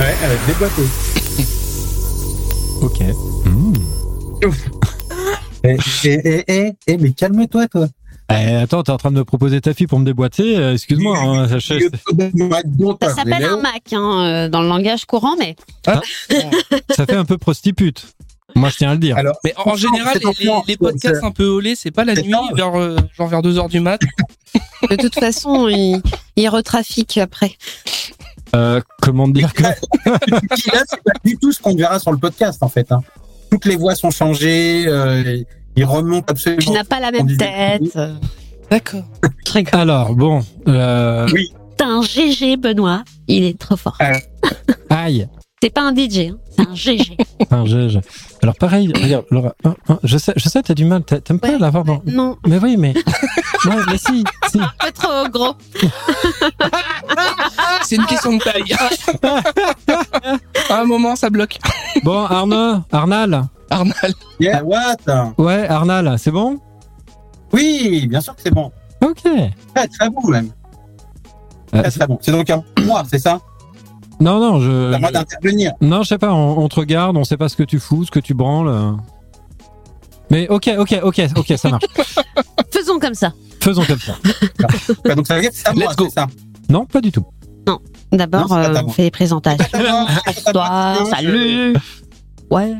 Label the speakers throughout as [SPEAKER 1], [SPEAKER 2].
[SPEAKER 1] Ouais, elle a déboîté.
[SPEAKER 2] Ok.
[SPEAKER 1] Eh, eh, eh, eh, eh, mais calme-toi, toi.
[SPEAKER 2] Eh, attends, t'es en train de me proposer ta fille pour me déboîter euh, Excuse-moi, hein, sachez.
[SPEAKER 1] Dieu te Mac dont
[SPEAKER 3] Ça
[SPEAKER 1] parle,
[SPEAKER 3] s'appelle
[SPEAKER 1] Léo.
[SPEAKER 3] un Mac hein, euh, dans le langage courant, mais
[SPEAKER 2] ça fait un peu prostitute. Moi, je tiens à le dire.
[SPEAKER 1] Alors,
[SPEAKER 4] Mais en
[SPEAKER 1] Franchement,
[SPEAKER 4] général,
[SPEAKER 1] c'est
[SPEAKER 4] les, les-
[SPEAKER 1] enfant,
[SPEAKER 4] les podcasts
[SPEAKER 1] c'est-
[SPEAKER 4] un peu holés, c'est pas la
[SPEAKER 1] c'est
[SPEAKER 4] nuit,
[SPEAKER 1] tard.
[SPEAKER 4] vers, euh, genre vers 2h du mat.
[SPEAKER 3] de toute façon, il, il retrafique après.
[SPEAKER 2] Euh, comment dire que
[SPEAKER 1] Puis là, c'est pas du tout ce qu'on verra sur le podcast, en fait. hein. Toutes les voix sont changées, euh, ils remontent
[SPEAKER 3] Tu
[SPEAKER 1] absolument.
[SPEAKER 3] n'as pas la même tête. euh,
[SPEAKER 4] D'accord.
[SPEAKER 3] Je rigole.
[SPEAKER 2] Alors, bon. euh,
[SPEAKER 3] T'as un GG, Benoît. Il est trop fort.
[SPEAKER 2] Aïe.
[SPEAKER 3] C'est pas un DJ, hein, c'est un GG.
[SPEAKER 2] Enfin, je- je- Alors, pareil, regarde, Laura, hein, hein, je sais, je sais, t'as du mal. t'a- T'aimes pas
[SPEAKER 3] Ouais,
[SPEAKER 2] l'avoir dans.
[SPEAKER 3] Non,
[SPEAKER 2] Mais oui, mais. Ouais, mais si, si.
[SPEAKER 3] un peu trop gros.
[SPEAKER 4] C'est une question de taille. à un moment, ça bloque.
[SPEAKER 2] Bon, Arnaud, Arnal.
[SPEAKER 4] Arnal.
[SPEAKER 1] Yeah, what
[SPEAKER 2] Ouais, Arnal, c'est bon
[SPEAKER 1] Oui, bien sûr que c'est bon.
[SPEAKER 2] Ok.
[SPEAKER 1] Très, très bon, même.
[SPEAKER 2] Euh,
[SPEAKER 1] Très, très bon. C'est donc un moi, c'est ça
[SPEAKER 2] non, non,
[SPEAKER 1] C'est à moi
[SPEAKER 2] je.
[SPEAKER 1] d'intervenir.
[SPEAKER 2] Non, je sais pas, on, on te regarde, on sait pas ce que tu fous, ce que tu branles. euh. Mais ok, ok, ok, ok, ça marche.
[SPEAKER 3] Faisons comme ça.
[SPEAKER 2] Faisons comme ça.
[SPEAKER 1] Enfin, donc, ça veut dire que c'est à moi,
[SPEAKER 4] Let's go.
[SPEAKER 1] c'est ça.
[SPEAKER 2] Non, pas du tout.
[SPEAKER 3] D'abord,
[SPEAKER 1] Non, c'est pas
[SPEAKER 3] euh,
[SPEAKER 1] ta
[SPEAKER 3] on
[SPEAKER 1] voix.
[SPEAKER 3] fait les présentations.
[SPEAKER 1] C'est à moi, c'est à moi,
[SPEAKER 3] Toi,
[SPEAKER 1] sinon, je-
[SPEAKER 3] salut. Ouais.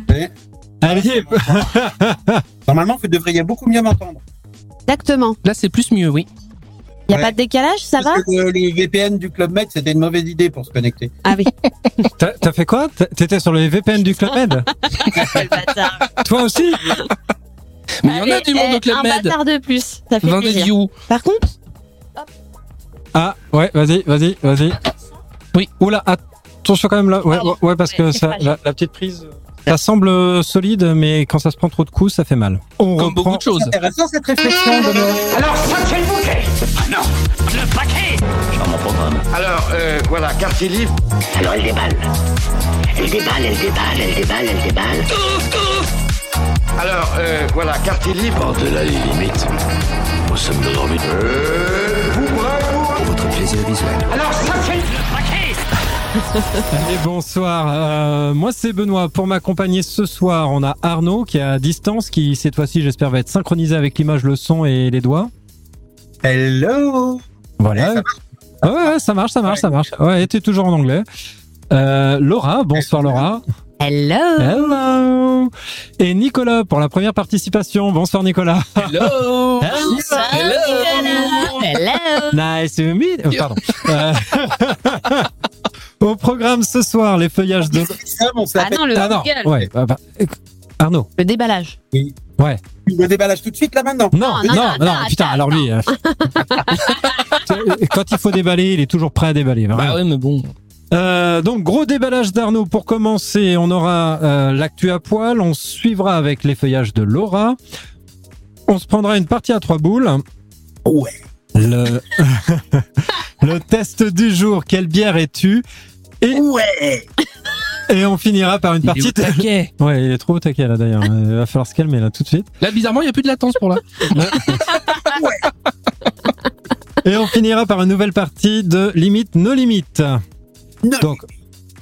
[SPEAKER 2] Allez,
[SPEAKER 1] Normalement, vous devriez beaucoup mieux m'entendre.
[SPEAKER 3] Exactement.
[SPEAKER 4] Là, c'est plus mieux, oui.
[SPEAKER 3] Il a
[SPEAKER 1] Ouais.
[SPEAKER 3] pas de décalage, ça va
[SPEAKER 1] Parce que le, le VPN du Club Med, c'était une mauvaise idée pour se connecter.
[SPEAKER 3] Ah oui.
[SPEAKER 2] t'as t'as fait quoi T'as- T'étais sur le VPN du Club Med
[SPEAKER 3] Quel bâtard.
[SPEAKER 2] Toi aussi
[SPEAKER 4] Mais il y en a
[SPEAKER 3] Allez,
[SPEAKER 4] du monde
[SPEAKER 3] eh,
[SPEAKER 4] au Club
[SPEAKER 3] un
[SPEAKER 4] Med.
[SPEAKER 3] bâtard de plus. Ça fait
[SPEAKER 4] Vendez
[SPEAKER 3] plaisir.
[SPEAKER 4] You.
[SPEAKER 3] Par contre,
[SPEAKER 2] Ah, ouais, vas-y, vas-y, vas-y. Oui, oula, attention quand même là. Ouais,
[SPEAKER 3] Pardon.
[SPEAKER 2] ouais, ouais, parce que
[SPEAKER 3] Ouais,
[SPEAKER 2] ça,
[SPEAKER 3] c'est
[SPEAKER 2] la, la petite prise, ça semble solide, mais quand ça se prend trop de coups, ça fait mal. On
[SPEAKER 4] Comme beaucoup
[SPEAKER 2] reprend.
[SPEAKER 4] de choses.
[SPEAKER 1] Intéressant cette réflexion, Benoît.
[SPEAKER 5] Alors, sachez le bouquet Ah non, le paquet
[SPEAKER 6] Alors, euh, voilà, quartier libre.
[SPEAKER 5] Alors, elle déballe. Elle déballe, elle déballe, elle déballe, elle déballe.
[SPEAKER 6] Alors, euh, voilà, quartier libre.
[SPEAKER 7] Par-delà les limites, nous sommes dans l'orbite. Pour votre plaisir visuel.
[SPEAKER 5] Alors, sachez le paquet
[SPEAKER 2] Allez, Eh, bonsoir. Euh, moi, c'est Benoît. Pour m'accompagner ce soir, on a Arnaud qui est à distance, qui cette fois-ci, j'espère, va être synchronisé avec l'image, le son et les doigts.
[SPEAKER 1] Hello
[SPEAKER 2] Voilà.
[SPEAKER 1] Ouais, ça
[SPEAKER 2] Ah ouais, ouais, ça marche, ça marche, ça marche. Ouais, et t'es toujours en anglais. Euh, Laura, bonsoir Laura. Hein
[SPEAKER 3] hello.
[SPEAKER 2] Hello. Et Nicolas pour la première participation. Bonsoir Nicolas.
[SPEAKER 4] Hello.
[SPEAKER 3] Hello. Hello.
[SPEAKER 2] Nice to meet. oh, pardon. Euh, Au programme ce soir, les feuillages de.
[SPEAKER 1] Ça, on se la
[SPEAKER 3] Ah
[SPEAKER 1] fait.
[SPEAKER 3] non, le Google.
[SPEAKER 2] ouais. bah, bah, éc- Arnaud.
[SPEAKER 3] Le déballage.
[SPEAKER 1] Le déballage tout de suite, là, maintenant.
[SPEAKER 2] Non, non,
[SPEAKER 3] Non, non,
[SPEAKER 2] non,
[SPEAKER 3] non, attends,
[SPEAKER 2] putain,
[SPEAKER 3] attends,
[SPEAKER 2] alors lui. euh, Quand il faut déballer, il est toujours prêt à déballer. vraiment.
[SPEAKER 4] Bah ouais, mais bon.
[SPEAKER 2] Euh, donc gros déballage d'Arnaud pour commencer. On aura euh, l'actu à poil, on suivra avec les feuillages de Laura. On se prendra une partie à trois boules.
[SPEAKER 1] Ouais.
[SPEAKER 2] Le, le test du jour, quelle bière es-tu
[SPEAKER 1] Ouais
[SPEAKER 2] Et on finira par une
[SPEAKER 4] Il est au
[SPEAKER 2] partie...
[SPEAKER 4] taquet.
[SPEAKER 2] Ouais, il est trop au taquet là d'ailleurs. Il va falloir se calmer là tout de suite.
[SPEAKER 4] Là, bizarrement, il n'y a plus de latence pour là.
[SPEAKER 2] Et on finira par une nouvelle partie de Limite nos limites. Donc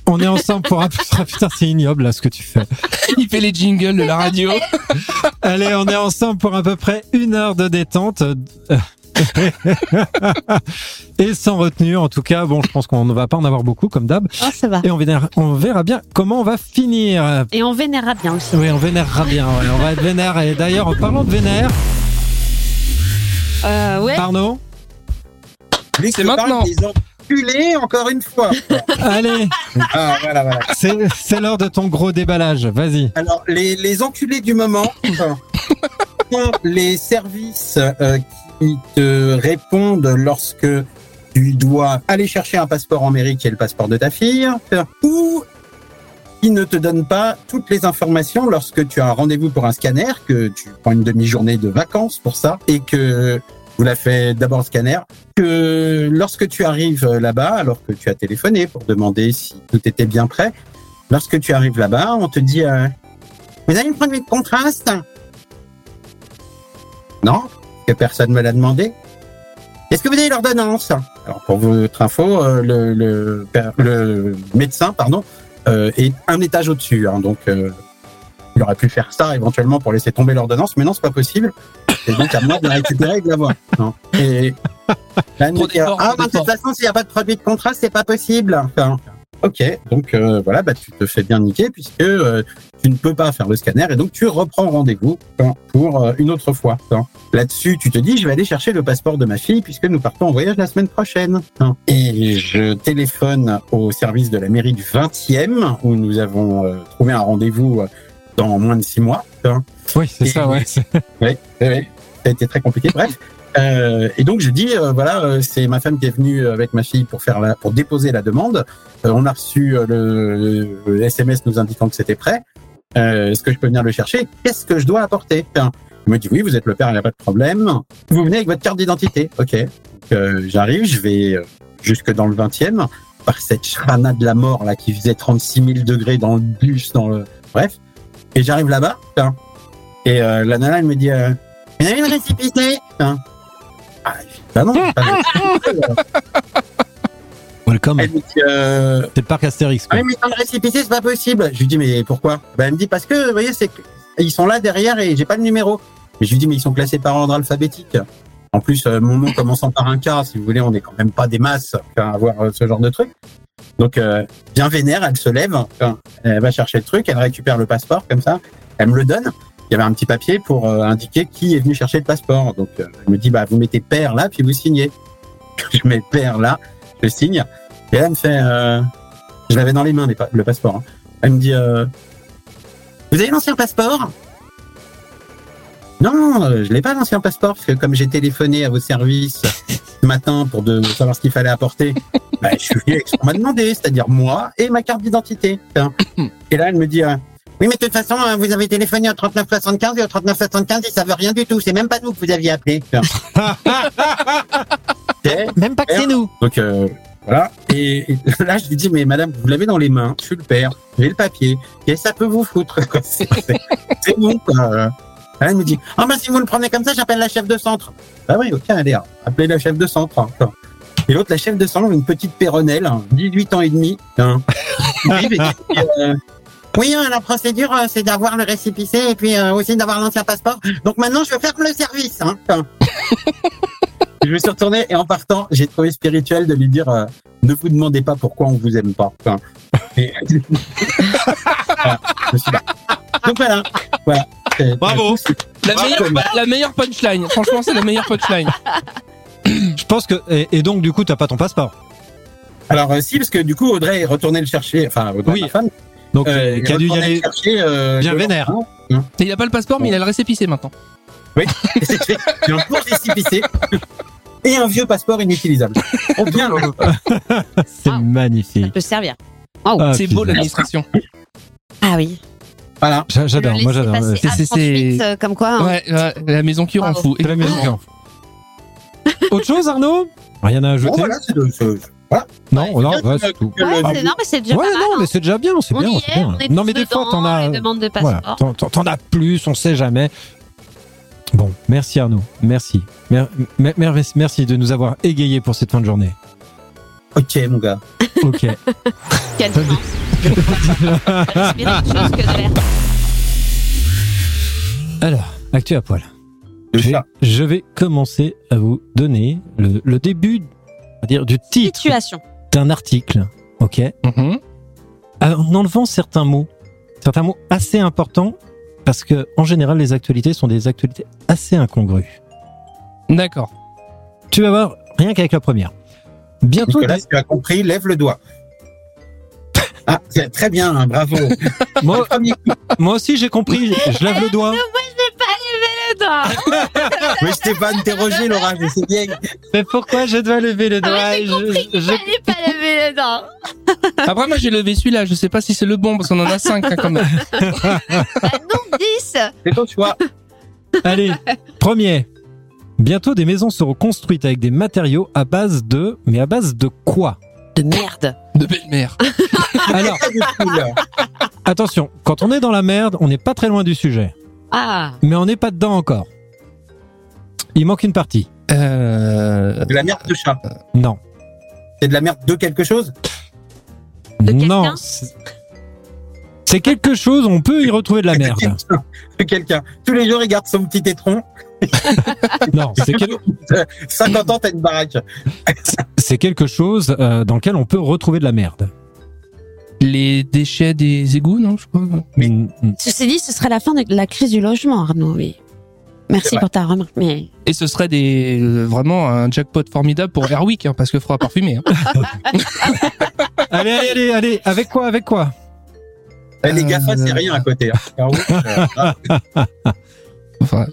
[SPEAKER 2] on est ensemble pour... un- Ah, Putain, c'est ignoble là ce que tu fais.
[SPEAKER 4] Il fait les jingles de la radio.
[SPEAKER 2] Allez, on est ensemble pour à peu près une heure de détente. Et sans retenue, en tout cas, bon, je pense qu'on ne va pas en avoir beaucoup, comme d'hab.
[SPEAKER 3] Oh, ça va.
[SPEAKER 2] Et on verra, on verra bien comment on va finir.
[SPEAKER 3] Et on vénéra bien aussi.
[SPEAKER 2] Oui, on vénérera bien, ouais, on va être vénère. Et d'ailleurs, en parlant de vénère,
[SPEAKER 3] Euh, ouais.
[SPEAKER 2] Arnaud,
[SPEAKER 4] C'est maintenant.
[SPEAKER 1] Ils ont culé encore une fois.
[SPEAKER 2] allez,
[SPEAKER 1] Ah, voilà, voilà.
[SPEAKER 2] c'est c'est l'heure de ton gros déballage, vas-y.
[SPEAKER 1] Alors, les, les enculés du moment euh, sont les services euh, qui te répondent lorsque tu dois aller chercher un passeport en mairie qui est le passeport de ta fille, euh, ou qui ne te donnent pas toutes les informations lorsque tu as un rendez-vous pour un scanner, que tu prends une demi-journée de vacances pour ça, et que vous la fait d'abord le scanner, que lorsque tu arrives là-bas, alors que tu as téléphoné pour demander si tout était bien prêt, lorsque tu arrives là-bas, on te dit euh, Vous allez me prendre une contraste Non, que personne ne me l'a demandé. Est-ce que vous avez l'ordonnance Alors pour votre info, euh, le, le, per- le médecin pardon euh, est un étage au-dessus, hein, donc euh, il aurait pu faire ça éventuellement pour laisser tomber l'ordonnance, mais non, c'est pas possible. C'est donc à moi de la récupérer et de l'avoir. Non. Et là, nous
[SPEAKER 4] Trop
[SPEAKER 1] dire,
[SPEAKER 4] d'efforts,
[SPEAKER 1] ah,
[SPEAKER 4] trop
[SPEAKER 1] ben, de toute façon, s'il n'y a pas de produit de contrat, c'est pas possible. Enfin, ok, donc euh, voilà, bah, tu te fais bien niquer puisque euh, tu ne peux pas faire le scanner et donc tu reprends rendez-vous hein, pour euh, une autre fois. hein. Là-dessus, tu te dis, je vais aller chercher le passeport de ma fille puisque nous partons en voyage la semaine prochaine. hein. Et je téléphone au service de la mairie du 20e où nous avons euh, trouvé un rendez-vous euh, dans moins de six mois. hein.
[SPEAKER 2] Oui, c'est
[SPEAKER 1] Et-
[SPEAKER 2] ça, ouais. c'est-
[SPEAKER 1] Oui, oui. Ça a été très compliqué. Bref. Euh, et donc je dis euh, voilà euh, c'est ma femme qui est venue euh, avec ma fille pour faire la, pour déposer la demande. Euh, on a reçu euh, le, le SMS nous indiquant que c'était prêt. Euh, Est-ce que je peux venir le chercher Qu'est-ce que je dois apporter Enfin, Il me dit oui vous êtes le père il n'y a pas de problème. Vous venez avec votre carte d'identité. Ok. Donc, euh, J'arrive je vais euh, jusque dans le 20e par cette chrana de la mort là qui faisait 36 000 degrés dans le bus dans le bref et j'arrive là-bas. Enfin, et euh, la nana, elle me dit euh, Il y en a une récipité hein. ah, je dis, Bah non, c'est pas vrai.
[SPEAKER 2] Welcome.
[SPEAKER 1] Elle me dit euh,
[SPEAKER 2] C'est le parc Astérix.
[SPEAKER 1] Ah
[SPEAKER 2] quoi.
[SPEAKER 1] oui, mais sans le récipité, c'est pas possible. Je lui dis Mais pourquoi bah, Elle me dit Parce que, vous voyez, c'est que ils sont là derrière et j'ai pas le numéro. Mais je lui dis Mais ils sont classés par ordre alphabétique. En plus, euh, mon nom commençant par un K, si vous voulez, on n'est quand même pas des masses enfin, à avoir euh, ce genre de truc. Donc, euh, bien vénère, elle se lève, enfin, elle va chercher le truc, elle récupère le passeport comme ça, elle me le donne. Il y avait un petit papier pour euh, indiquer qui est venu chercher le passeport. Donc, euh, elle me dit, bah, vous mettez père là, puis vous signez. Je mets père là, je signe. Et elle me fait, euh, je l'avais dans les mains, les pa- le passeport. hein. Elle me dit, euh, vous avez l'ancien passeport Non, euh, je l'ai pas l'ancien passeport, parce que comme j'ai téléphoné à vos services ce matin pour de savoir ce qu'il fallait apporter, bah, je suis venu avec ce qu'on m'a demandé, c'est-à-dire moi et ma carte d'identité. Hein. Et là, elle me dit, euh, oui, mais de toute façon, hein, vous avez téléphoné au 3975 et au 3975, ils savent rien du tout. C'est même pas nous que vous aviez appelé. Ok.
[SPEAKER 3] Même pas que c'est nous.
[SPEAKER 1] Donc euh, voilà. Et, et là, je lui dis, mais madame, vous l'avez dans les mains, je suis le père, j'ai le papier, qu'est-ce que ça peut vous foutre quoi C'est c'est- c'est bon, quoi. Là, elle me dit, ah ben si vous le prenez comme ça, j'appelle la chef de centre. Bah oui, ok, allez, appelez la chef de centre. hein, quoi. Et l'autre, la chef de centre, une petite péronnelle, hein, 18 ans et demi. hein. Qui arrive et qui dit, euh, oui, hein, la procédure, euh, c'est d'avoir le récépissé et puis euh, aussi d'avoir l'ancien passeport. Donc maintenant, je vais faire le service. hein, quoi. Je me suis retourné et en partant, j'ai trouvé spirituel de lui dire euh, ne vous demandez pas pourquoi on vous aime pas. Enfin, et- Voilà, je me suis barré. Donc voilà, voilà. C'est-
[SPEAKER 2] Bravo.
[SPEAKER 4] La
[SPEAKER 1] Bravo,
[SPEAKER 4] meilleure,
[SPEAKER 1] Thomas.
[SPEAKER 4] la meilleure punchline. Franchement, c'est la meilleure punchline.
[SPEAKER 2] Je pense que. Et, et donc, du coup, t'as pas ton passeport.
[SPEAKER 1] Alors euh, si, parce que du coup Audrey est retournée le chercher, enfin Audrey,
[SPEAKER 2] Oui.
[SPEAKER 1] ma femme,
[SPEAKER 2] Donc,
[SPEAKER 1] euh,
[SPEAKER 2] euh,
[SPEAKER 1] est
[SPEAKER 2] qu'elle a dû y
[SPEAKER 1] retournée
[SPEAKER 2] aller.
[SPEAKER 1] le chercher, euh,
[SPEAKER 2] bien
[SPEAKER 1] le
[SPEAKER 2] vénère.
[SPEAKER 1] lendemain.
[SPEAKER 4] Et il a pas le passeport, mais il a le récépissé maintenant.
[SPEAKER 1] Et c'est fait. J'ai un cours récépissé et un vieux passeport inutilisable. Oh bien,
[SPEAKER 2] C'est
[SPEAKER 3] Wow. Ça
[SPEAKER 2] magnifique.
[SPEAKER 3] peut servir.
[SPEAKER 2] Ah,
[SPEAKER 4] c'est beau
[SPEAKER 2] putain.
[SPEAKER 4] l'administration.
[SPEAKER 3] Ah oui.
[SPEAKER 1] voilà.
[SPEAKER 2] J'a- J'adore,
[SPEAKER 3] Le
[SPEAKER 2] moi
[SPEAKER 3] laisser
[SPEAKER 2] j'adore.
[SPEAKER 3] passer à
[SPEAKER 2] C'est
[SPEAKER 4] C'est- c'est-
[SPEAKER 3] Francheville,
[SPEAKER 4] c'est-
[SPEAKER 3] euh, comme quoi. hein.
[SPEAKER 4] Ouais, ouais, Ah. la maison qui rend
[SPEAKER 3] Bravo.
[SPEAKER 4] fou.
[SPEAKER 2] c'est la musique. hein. Autre chose, Arnaud Rien à
[SPEAKER 1] Bon,
[SPEAKER 2] ajouter
[SPEAKER 1] Oh, voilà, c'est de- c'est-
[SPEAKER 2] Non, non,
[SPEAKER 1] c'est bien que-
[SPEAKER 2] ouais, c'est tout.
[SPEAKER 1] que
[SPEAKER 3] Ouais,
[SPEAKER 1] le-
[SPEAKER 3] c'est- non, mais c'est déjà
[SPEAKER 2] Ouais,
[SPEAKER 3] pas mal.
[SPEAKER 2] non,
[SPEAKER 3] hein.
[SPEAKER 2] mais c'est déjà bien, c'est
[SPEAKER 3] on
[SPEAKER 2] bien,
[SPEAKER 3] y
[SPEAKER 2] c'est
[SPEAKER 3] est,
[SPEAKER 2] bien.
[SPEAKER 3] on est
[SPEAKER 2] Non,
[SPEAKER 3] tous
[SPEAKER 2] mais des fois,
[SPEAKER 3] dedans,
[SPEAKER 2] t'en as. euh,
[SPEAKER 3] les demandes de
[SPEAKER 2] Voilà,
[SPEAKER 3] passeport.
[SPEAKER 2] t'en- t'en t'en as plus, on sait jamais. Bon, merci Arnaud, merci. Mer- mer- mer- merci de nous avoir égayés pour cette fin de journée.
[SPEAKER 1] Ok, mon gars.
[SPEAKER 2] Ok.
[SPEAKER 3] Quelle chance. Respirer autre chose que de l'air.
[SPEAKER 2] Alors, actu à poil.
[SPEAKER 1] Le
[SPEAKER 2] Je vais,
[SPEAKER 1] chat.
[SPEAKER 2] je vais commencer à vous donner le, le début, on va dire, du titre
[SPEAKER 3] Situation.
[SPEAKER 2] d'un article. Ok.
[SPEAKER 4] Mhm.
[SPEAKER 2] Alors, en enlevant certains mots, certains mots assez importants, parce que en général, les actualités sont des actualités assez incongrues.
[SPEAKER 4] D'accord.
[SPEAKER 2] Tu vas voir, rien qu'avec la première. Bientôt,
[SPEAKER 1] Nicolas,
[SPEAKER 2] des-
[SPEAKER 1] tu as compris, lève le doigt. Ah, c'est très bien, hein, bravo.
[SPEAKER 2] moi,
[SPEAKER 1] Premier coup.
[SPEAKER 2] moi aussi j'ai compris, je lève le doigt.
[SPEAKER 3] Ah,
[SPEAKER 1] Mais je t'ai pas interrogé, Laura, mais c'est bien.
[SPEAKER 2] Mais pourquoi je dois lever le doigt
[SPEAKER 3] Ah ouais, j'ai
[SPEAKER 2] Je-
[SPEAKER 3] compris
[SPEAKER 2] je-
[SPEAKER 3] qu'il fallait pas laver les dents.
[SPEAKER 4] Après, moi, j'ai levé celui-là. Je sais pas si c'est le bon, parce qu'on en a 5 quand même.
[SPEAKER 3] Ah non, 10
[SPEAKER 1] C'est ton choix.
[SPEAKER 2] Allez, premier. Bientôt, des maisons seront construites avec des matériaux à base de... Mais à base de quoi
[SPEAKER 3] De merde.
[SPEAKER 4] De belle-mère.
[SPEAKER 2] Alors,
[SPEAKER 1] Pas du tout, là.
[SPEAKER 2] attention, quand on est dans la merde, on n'est pas très loin du sujet.
[SPEAKER 3] Ah,
[SPEAKER 2] Mais on n'est pas dedans encore. Il manque une partie.
[SPEAKER 4] Euh...
[SPEAKER 1] De la merde de chat.
[SPEAKER 2] Non.
[SPEAKER 1] C'est de la merde de quelque chose
[SPEAKER 3] De quelqu'un
[SPEAKER 2] Non. c'est- C'est quelque chose, on peut y retrouver de la merde.
[SPEAKER 1] De quelqu'un. Tous les jours, il garde son petit étron.
[SPEAKER 2] Non, c'est quel-
[SPEAKER 1] 50 ans, t'as une baraque.
[SPEAKER 2] c'est quelque chose euh, dans lequel on peut retrouver de la merde.
[SPEAKER 4] Les déchets des égouts, non Je crois.
[SPEAKER 2] Mm, mm.
[SPEAKER 8] Ceci dit, ce serait la fin de la crise du logement, Arnaud. Mais...
[SPEAKER 1] C'est
[SPEAKER 8] Merci
[SPEAKER 1] vrai.
[SPEAKER 8] pour ta remarque. Mais
[SPEAKER 4] Et ce serait des euh, vraiment un jackpot formidable pour Airwick, hein, parce que fera parfumer. hein.
[SPEAKER 2] Allez, allez, allez, allez. Avec quoi, avec quoi
[SPEAKER 1] Eh, Les
[SPEAKER 4] Euh,
[SPEAKER 1] GAFA, c'est rien à côté. hein. Ah oui, euh, ah.
[SPEAKER 4] Enfin,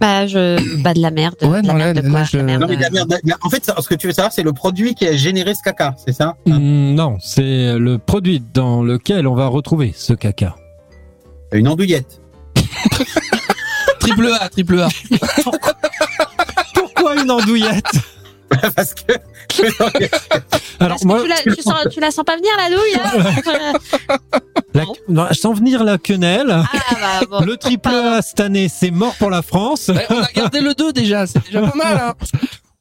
[SPEAKER 8] bah, je... bah, de la merde.
[SPEAKER 4] Ouais,
[SPEAKER 8] de la
[SPEAKER 4] non,
[SPEAKER 8] merde
[SPEAKER 4] là-
[SPEAKER 8] de quoi
[SPEAKER 4] là, je-
[SPEAKER 8] de la merde,
[SPEAKER 1] Non, mais de la merde. de la- En fait, ça, ce que tu veux savoir, c'est le produit qui a généré ce caca, c'est ça
[SPEAKER 2] Mm, Non, c'est le produit dans lequel on va retrouver ce caca.
[SPEAKER 1] Une andouillette.
[SPEAKER 4] triple A, triple A.
[SPEAKER 2] Pourquoi une andouillette
[SPEAKER 1] Parce que.
[SPEAKER 2] Alors
[SPEAKER 8] Parce que
[SPEAKER 2] moi,
[SPEAKER 8] tu, la, tu, sens, tu la sens pas venir, la douille hein là
[SPEAKER 2] la- non, sans venir la quenelle,
[SPEAKER 8] Ah, bah, bon. Mmh.
[SPEAKER 2] le triple A cette année, c'est mort pour la France.
[SPEAKER 4] Ouais, on a gardé le 2 déjà, c'est déjà pas mal.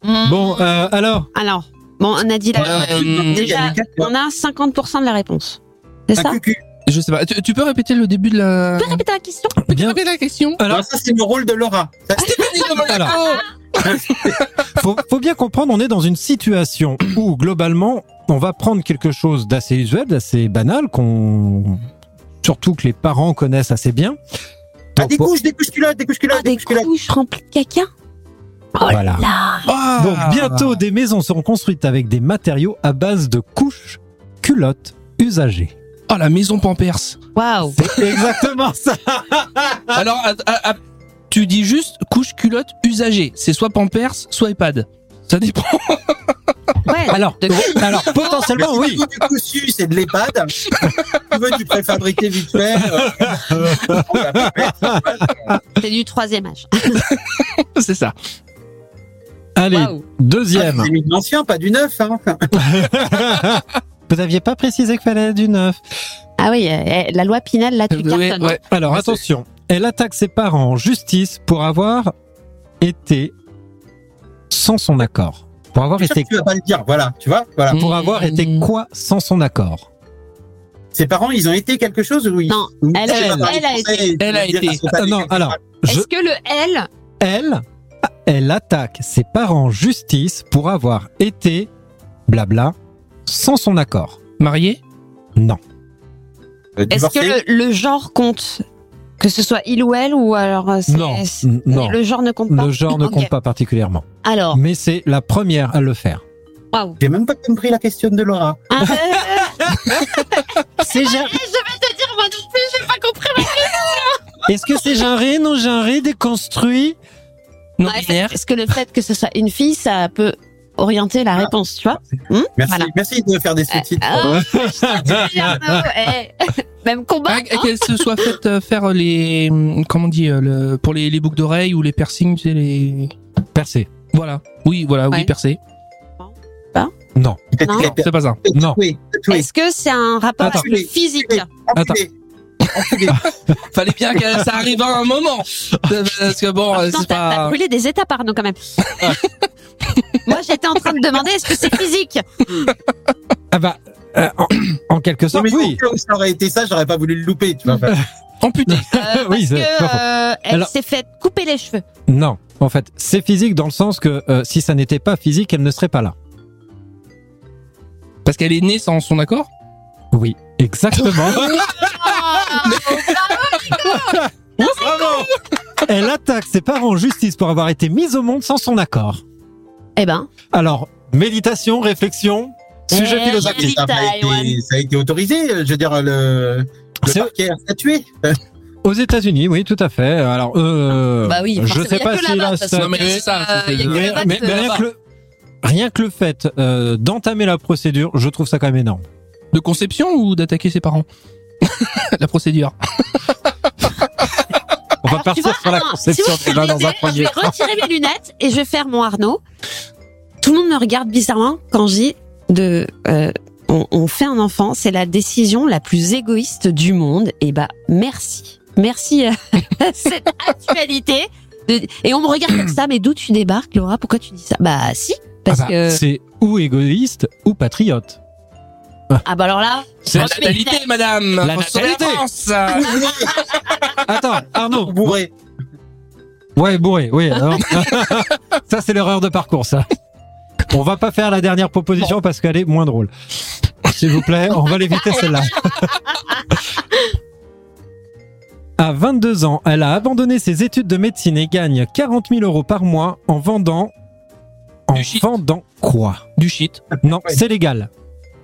[SPEAKER 4] Hein.
[SPEAKER 2] Bon, euh, alors,
[SPEAKER 8] Alors, bon, on a dit la...
[SPEAKER 4] Euh,
[SPEAKER 8] Déjà, on a 50% de la réponse.
[SPEAKER 2] Ah,
[SPEAKER 8] C'est ça
[SPEAKER 1] Un cucu.
[SPEAKER 4] je sais pas. Tu, tu peux répéter le début de la.
[SPEAKER 8] Tu peux répéter la question
[SPEAKER 4] Peux-tu
[SPEAKER 2] bien,
[SPEAKER 4] répéter la question Ah,
[SPEAKER 2] Alors-
[SPEAKER 1] Non, ça, c'est le rôle de Laura. Ah, Ça,
[SPEAKER 2] alors, faut, faut bien comprendre, on est dans une situation où globalement, on va prendre quelque chose d'assez usuel, d'assez banal, qu'on surtout que les parents connaissent assez bien.
[SPEAKER 1] Ah, des couches, des couches culottes, des couches culottes,
[SPEAKER 8] Ah, des
[SPEAKER 1] culottes.
[SPEAKER 8] couches remplies de caca
[SPEAKER 2] Voilà.
[SPEAKER 4] Ah
[SPEAKER 2] Donc bientôt, des maisons seront construites avec des matériaux à base de couches, culottes usagées.
[SPEAKER 4] Oh, la maison Pampers.
[SPEAKER 8] Waouh
[SPEAKER 2] C'est exactement ça.
[SPEAKER 4] Alors, à- à- à- tu dis juste couche culotte usagée. C'est soit Pampers, soit iPad. Ça dépend.
[SPEAKER 8] Ouais,
[SPEAKER 2] Alors,
[SPEAKER 8] de quel-
[SPEAKER 2] alors potentiellement oui.
[SPEAKER 1] Du cousu, c'est de l'EHPAD. tu veux du préfabriqué vite fait. euh, on va pas mettre.
[SPEAKER 8] c'est du troisième âge.
[SPEAKER 4] c'est ça.
[SPEAKER 2] Allez,
[SPEAKER 8] Waouh
[SPEAKER 2] deuxième.
[SPEAKER 1] C'est une ancien, pas du neuf. Hein.
[SPEAKER 2] Vous n'aviez pas précisé qu'il fallait du neuf.
[SPEAKER 8] Ah oui, euh, eh, la loi Pinel, là, tu
[SPEAKER 4] Ouais,
[SPEAKER 8] cartonnes.
[SPEAKER 4] ouais.
[SPEAKER 2] Alors
[SPEAKER 4] Ouais, c'est-
[SPEAKER 2] attention, elle attaque ses parents en justice pour avoir été sans son accord. Pour avoir
[SPEAKER 1] Je suis sûr
[SPEAKER 2] été
[SPEAKER 1] que Tu vas pas le dire. Voilà, tu vois. Voilà.
[SPEAKER 4] Mm.
[SPEAKER 2] pour avoir été quoi sans son accord.
[SPEAKER 1] Ses parents, ils ont été quelque chose ou ils
[SPEAKER 8] Non, elle- elle a
[SPEAKER 1] été.
[SPEAKER 4] Elle a été.
[SPEAKER 2] Ah, non, alors je-
[SPEAKER 8] Est-ce que le L,
[SPEAKER 2] elle elle attaque ses parents en justice pour avoir été blabla sans son accord.
[SPEAKER 4] Marié
[SPEAKER 2] Non.
[SPEAKER 1] Euh,
[SPEAKER 8] est-ce que le, le genre compte Que ce soit il ou elle, ou alors euh, c'est-
[SPEAKER 2] Non,
[SPEAKER 8] c'est-
[SPEAKER 2] n- non.
[SPEAKER 8] le genre ne compte pas
[SPEAKER 2] Le genre ne
[SPEAKER 8] Ok.
[SPEAKER 2] compte pas particulièrement,
[SPEAKER 8] Alors,
[SPEAKER 2] mais c'est la première à le faire.
[SPEAKER 8] waouh
[SPEAKER 1] J'ai même pas compris la question de Laura.
[SPEAKER 8] Ah, euh,
[SPEAKER 2] C'est
[SPEAKER 8] Je vais te dire, moi non plus, j'ai pas compris
[SPEAKER 2] Est-ce que c'est genré, non genré, déconstruit
[SPEAKER 4] Non
[SPEAKER 8] Ouais,
[SPEAKER 4] binaire
[SPEAKER 8] Est-ce que le fait que ce soit une fille, ça peut orienter la réponse, tu vois Hum
[SPEAKER 1] Merci,
[SPEAKER 8] Voilà.
[SPEAKER 1] merci de me faire des sous-titres.
[SPEAKER 8] Ah, tu viens de- eh, Même combat
[SPEAKER 4] Ah, Qu'elle se soit faite euh, faire les. Comment on dit euh, le, Pour les, les boucles d'oreilles ou les piercings, tu sais, les.
[SPEAKER 2] Percé.
[SPEAKER 4] Voilà. Oui, voilà, oui,
[SPEAKER 8] Ouais.
[SPEAKER 4] percé.
[SPEAKER 2] Non,
[SPEAKER 1] Peut-être
[SPEAKER 8] non.
[SPEAKER 1] qu'elle
[SPEAKER 4] C'est pas ça.
[SPEAKER 1] peut-
[SPEAKER 2] Non.
[SPEAKER 1] Oui, oui.
[SPEAKER 8] Est-ce que c'est un rapport
[SPEAKER 1] Attends.
[SPEAKER 8] avec le physique
[SPEAKER 2] Attends.
[SPEAKER 1] Enculé. Enculé.
[SPEAKER 4] Fallait bien que ça arrive à un moment. Parce que bon, euh,
[SPEAKER 8] Putain,
[SPEAKER 4] c'est
[SPEAKER 8] t'as t'as
[SPEAKER 4] pas.
[SPEAKER 8] brûlé des étapes, Arnaud, quand même. Moi, j'étais en train de demander est-ce que c'est physique
[SPEAKER 2] Ah bah, euh, en, en quelque
[SPEAKER 1] Non,
[SPEAKER 2] sorte,
[SPEAKER 1] mais
[SPEAKER 2] oui.
[SPEAKER 1] donc, ça aurait été ça, j'aurais pas voulu le louper. Tu vois. Enfin,
[SPEAKER 4] Amputé.
[SPEAKER 8] Euh,
[SPEAKER 2] Oui,
[SPEAKER 8] Parce que
[SPEAKER 2] c'est pas faux.
[SPEAKER 8] euh, elle
[SPEAKER 2] Alors-
[SPEAKER 8] s'est faite couper les cheveux.
[SPEAKER 1] euh
[SPEAKER 2] Non, en fait, c'est physique dans le sens que euh, si ça n'était pas physique, elle ne serait pas là.
[SPEAKER 4] Parce qu'elle est née sans son accord
[SPEAKER 2] Oui, exactement.
[SPEAKER 1] Ah
[SPEAKER 2] elle attaque ses parents en justice pour avoir été mise au monde sans son accord.
[SPEAKER 8] Eh ben,
[SPEAKER 2] Alors, méditation, réflexion, sujet
[SPEAKER 8] Eh,
[SPEAKER 1] Euh,
[SPEAKER 2] philosophique.
[SPEAKER 1] ça, a été,
[SPEAKER 8] Taïwan.
[SPEAKER 1] ça a été autorisé, euh, je veux dire, le, le
[SPEAKER 2] C'est-
[SPEAKER 1] parquet a statué.
[SPEAKER 2] Aux États-Unis, oui, tout à fait. Alors, euh,
[SPEAKER 8] Bah oui,
[SPEAKER 2] je
[SPEAKER 8] forcément,
[SPEAKER 2] sais
[SPEAKER 8] y a
[SPEAKER 2] pas
[SPEAKER 8] que
[SPEAKER 2] si
[SPEAKER 8] là-bas,
[SPEAKER 2] là,
[SPEAKER 8] de toute
[SPEAKER 2] ça-
[SPEAKER 8] façon.
[SPEAKER 4] Non, mais c'est ça,
[SPEAKER 8] Euh,
[SPEAKER 4] c'est-
[SPEAKER 8] y a
[SPEAKER 2] Mais,
[SPEAKER 8] là-bas
[SPEAKER 2] mais-
[SPEAKER 8] que-
[SPEAKER 2] mais rien, que le, rien que le fait euh, d'entamer la procédure, je trouve ça quand même énorme.
[SPEAKER 4] De conception ou d'attaquer ses parents La procédure.
[SPEAKER 2] On va
[SPEAKER 8] Alors, Ah, tu
[SPEAKER 2] partir
[SPEAKER 8] vois,
[SPEAKER 2] sur la
[SPEAKER 8] attends,
[SPEAKER 2] conception
[SPEAKER 8] si vous
[SPEAKER 2] déjà dans un
[SPEAKER 8] permettez, Je
[SPEAKER 2] premier
[SPEAKER 8] vais
[SPEAKER 2] temps.
[SPEAKER 8] retirer mes lunettes et je vais faire mon Arnaud. Tout le monde me regarde bizarrement quand je dis de. euh, on, on fait un enfant, c'est la décision la plus égoïste du monde. Et bah, merci. Merci euh, cette actualité. de- et on me regarde comme ça, mais d'où tu débarques, Laura Pourquoi tu dis ça Bah, si, parce
[SPEAKER 2] Ah bah,
[SPEAKER 8] que.
[SPEAKER 2] C'est ou égoïste ou patriote.
[SPEAKER 8] Ah bah alors là,
[SPEAKER 4] C'est la
[SPEAKER 8] Franchement,
[SPEAKER 4] natalité,
[SPEAKER 8] mais-
[SPEAKER 4] madame.
[SPEAKER 2] La
[SPEAKER 4] Faut sauver
[SPEAKER 2] natalité.
[SPEAKER 4] France.
[SPEAKER 2] Attends, Arnaud.
[SPEAKER 1] bourré.
[SPEAKER 2] Ouais, bourré, oui. alors- ça, c'est l'erreur de parcours, ça. On va pas faire la dernière proposition parce qu'elle est moins drôle. S'il vous plaît, on va l'éviter celle-là. À 22 ans, elle a abandonné ses études de médecine et gagne 40 000 euros par mois en vendant. En
[SPEAKER 4] Du shit.
[SPEAKER 2] vendant quoi
[SPEAKER 4] Du shit.
[SPEAKER 2] Non,
[SPEAKER 1] Ouais.
[SPEAKER 2] c'est légal.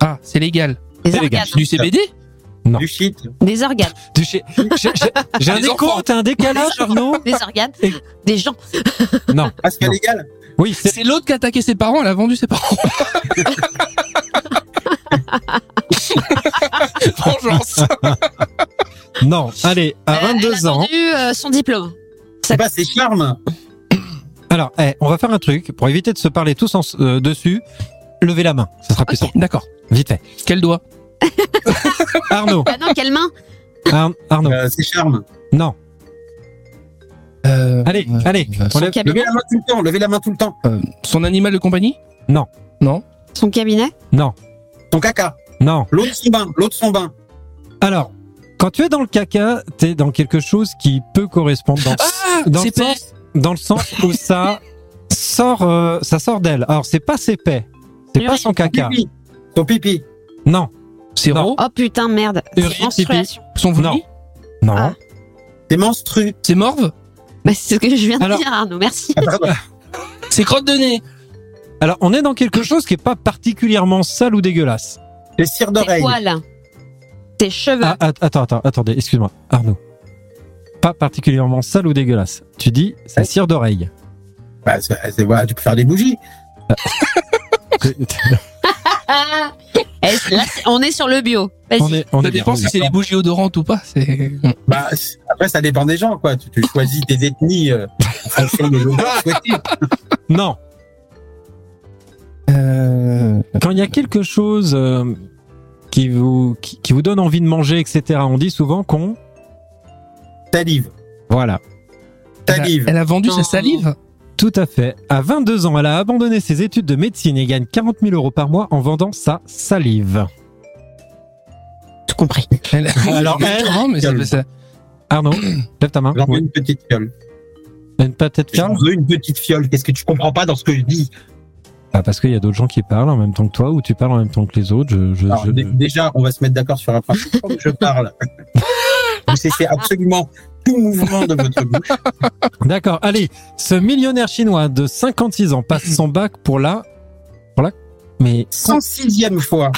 [SPEAKER 4] Ah, c'est légal.
[SPEAKER 8] des
[SPEAKER 2] les gars,
[SPEAKER 8] organes.
[SPEAKER 4] Du CBD
[SPEAKER 2] Non.
[SPEAKER 1] Du shit.
[SPEAKER 8] Des organes.
[SPEAKER 2] Du shit. J'ai j'ai- j'ai un
[SPEAKER 4] Des
[SPEAKER 2] écho,
[SPEAKER 4] enfants.
[SPEAKER 2] t'as un décalage, Arnaud
[SPEAKER 8] Des organes.
[SPEAKER 2] Et-
[SPEAKER 8] Des gens.
[SPEAKER 2] Non.
[SPEAKER 1] Parce qu'elle
[SPEAKER 2] Non.
[SPEAKER 1] est égale.
[SPEAKER 2] Oui, c'est
[SPEAKER 4] C'est l'autre qui a attaqué ses parents, elle a vendu ses parents. Vengeance.
[SPEAKER 2] Non, allez, à
[SPEAKER 8] Euh, elle
[SPEAKER 2] 22
[SPEAKER 8] a
[SPEAKER 2] ans.
[SPEAKER 8] vendu, euh, son diplôme.
[SPEAKER 1] Bah, C'est pas ses charmes.
[SPEAKER 2] Alors, eh, on va faire un truc pour éviter de se parler tous en- euh, dessus. Levez la main, ça sera plus simple.
[SPEAKER 4] D'accord.
[SPEAKER 2] Vite fait.
[SPEAKER 4] Quel doigt
[SPEAKER 2] Arnaud,
[SPEAKER 8] Ah non, quelle main
[SPEAKER 2] Ar- Arnaud,
[SPEAKER 1] Euh, ses charmes.
[SPEAKER 2] non.
[SPEAKER 4] Euh,
[SPEAKER 2] Allez, allez. on
[SPEAKER 8] Son
[SPEAKER 2] lève-
[SPEAKER 1] Levez
[SPEAKER 8] cabinet.
[SPEAKER 1] la main tout le temps. Levez la main tout le temps.
[SPEAKER 2] euh,
[SPEAKER 4] Son animal de compagnie
[SPEAKER 8] Son cabinet.
[SPEAKER 2] Non,
[SPEAKER 1] Ton caca.
[SPEAKER 2] non.
[SPEAKER 1] L'autre son bain. L'autre son bain.
[SPEAKER 2] Alors, quand tu es dans le caca, t'es dans quelque chose qui peut correspondre dans,
[SPEAKER 4] Ah
[SPEAKER 2] dans, le,
[SPEAKER 4] C'est pas.
[SPEAKER 2] sens, dans le sens où ça sort, euh, ça sort d'elle. Alors, c'est pas ses paix, c'est pas son caca.
[SPEAKER 8] Ah.
[SPEAKER 1] Pipi. Ton pipi.
[SPEAKER 2] Non,
[SPEAKER 4] C'est
[SPEAKER 2] Non.
[SPEAKER 4] Ro
[SPEAKER 8] Oh putain, merde.
[SPEAKER 2] Urine,
[SPEAKER 8] Menstruation.
[SPEAKER 4] Son vomi
[SPEAKER 2] Non. non.
[SPEAKER 8] Ah.
[SPEAKER 1] Tes menstrues.
[SPEAKER 4] C'est morve
[SPEAKER 8] Bah, c'est ce que je viens de
[SPEAKER 2] Alors-
[SPEAKER 8] dire, Arnaud. Merci.
[SPEAKER 1] Ah, pardon.
[SPEAKER 4] C'est crotte de nez
[SPEAKER 2] Alors, on est dans quelque chose qui est pas particulièrement sale ou dégueulasse.
[SPEAKER 1] Les cires
[SPEAKER 8] Tes
[SPEAKER 1] d'oreille.
[SPEAKER 8] poils. Tes cheveux.
[SPEAKER 2] Ah, att- attends, attends, attendez, excuse-moi, Arnaud. Pas particulièrement sale ou dégueulasse. Tu dis sa cire d'oreille.
[SPEAKER 1] Bah, c'est- c'est- voilà, tu peux faire des bougies.
[SPEAKER 8] Ah. Eh, là, c'est- on est sur le bio. Vas-y.
[SPEAKER 2] on est, on
[SPEAKER 4] Ça
[SPEAKER 2] est bien,
[SPEAKER 4] dépend
[SPEAKER 2] on est
[SPEAKER 4] si
[SPEAKER 2] bien.
[SPEAKER 4] c'est les bougies odorantes ou pas. C'est.
[SPEAKER 1] Bah, c'est- après, ça dépend des gens, quoi. Tu, tu choisis tes ethnies euh, en fonction de l'odeur souhaitée.
[SPEAKER 2] Non,
[SPEAKER 4] Euh...
[SPEAKER 2] quand il y a quelque chose euh, qui, vous, qui, qui vous donne envie de manger, etc., on dit souvent qu'on.
[SPEAKER 1] Salive.
[SPEAKER 2] Voilà.
[SPEAKER 4] Elle a,
[SPEAKER 1] Salive.
[SPEAKER 4] elle a vendu
[SPEAKER 8] Non.
[SPEAKER 4] sa salive
[SPEAKER 2] Tout à fait. À 22 ans, elle a abandonné ses études de médecine et gagne 40 000 euros par mois en vendant sa salive.
[SPEAKER 8] Tout compris.
[SPEAKER 4] Elle-
[SPEAKER 2] Alors, elle-
[SPEAKER 4] Non, mais ça,
[SPEAKER 1] Calme.
[SPEAKER 4] ça-
[SPEAKER 2] Arnaud, lève ta main.
[SPEAKER 1] J'en veux
[SPEAKER 2] Oui.
[SPEAKER 1] une petite fiole.
[SPEAKER 2] T'as Une patate
[SPEAKER 1] J'en
[SPEAKER 2] ferme
[SPEAKER 1] veux une petite fiole. Qu'est-ce que tu comprends pas dans ce que je dis
[SPEAKER 2] Ah, Parce qu'il y a d'autres gens qui parlent en même temps que toi ou tu parles en même temps que les autres. Je, je-
[SPEAKER 1] Alors,
[SPEAKER 2] je-
[SPEAKER 1] dé- déjà, on va se mettre d'accord sur un principe. Quand je parle, vous cessez absolument tout mouvement de votre bouche.
[SPEAKER 2] D'accord. Allez, ce millionnaire chinois de 56 ans passe son bac pour la. Pour la. Mais.
[SPEAKER 1] 106e fois.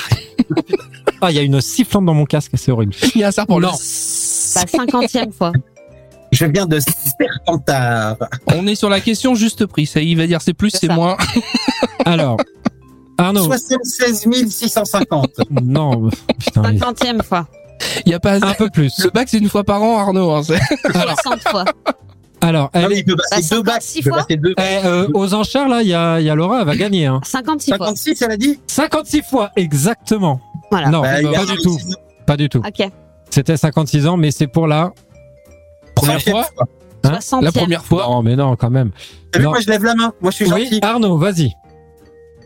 [SPEAKER 2] Ah, il y a une sifflante dans mon casque, c'est horrible.
[SPEAKER 4] Il y a un serpent.
[SPEAKER 2] Non.
[SPEAKER 8] La Bah, cinquantième fois.
[SPEAKER 1] Je viens de Serpentard.
[SPEAKER 4] On est sur la question juste prix. Ça, il va dire c'est plus,
[SPEAKER 8] C'est
[SPEAKER 4] c'est
[SPEAKER 8] ça.
[SPEAKER 4] moins.
[SPEAKER 2] Alors. Arnaud.
[SPEAKER 1] 76 650.
[SPEAKER 2] Non, putain, mais-
[SPEAKER 8] Cinquantième fois.
[SPEAKER 4] Il y a pas.
[SPEAKER 2] un peu plus.
[SPEAKER 4] Le bac c'est une fois par an, Arnaud. hein, c'est-
[SPEAKER 8] Soixante fois.
[SPEAKER 2] Alors,
[SPEAKER 1] Non,
[SPEAKER 2] elle
[SPEAKER 1] mais
[SPEAKER 2] est-
[SPEAKER 1] il peut passer
[SPEAKER 8] Bah,
[SPEAKER 1] deux bacs.
[SPEAKER 8] 56
[SPEAKER 1] Il peut
[SPEAKER 8] fois.
[SPEAKER 1] passer deux.
[SPEAKER 2] eh, euh, aux enchères, là, il y a, il y a Laura, elle va gagner. Hein.
[SPEAKER 8] Cinquante-six fois.
[SPEAKER 1] 56, elle a dit
[SPEAKER 2] 56 fois, exactement.
[SPEAKER 8] Voilà.
[SPEAKER 2] Non,
[SPEAKER 1] Bah,
[SPEAKER 2] Hein?
[SPEAKER 1] il
[SPEAKER 2] pas
[SPEAKER 1] a
[SPEAKER 2] du tout. Pas du tout.
[SPEAKER 8] Ok.
[SPEAKER 2] C'était 56 ans, mais c'est pour la.
[SPEAKER 4] Première
[SPEAKER 1] 56e
[SPEAKER 4] fois,
[SPEAKER 1] fois.
[SPEAKER 2] Hein
[SPEAKER 8] Soixantième.
[SPEAKER 4] la première fois.
[SPEAKER 2] Non, mais non, quand même.
[SPEAKER 1] T'as vu,
[SPEAKER 2] Non.
[SPEAKER 1] Moi, je lève la main. Moi, je suis
[SPEAKER 2] Oui,
[SPEAKER 1] gentil.
[SPEAKER 2] Arnaud, vas-y.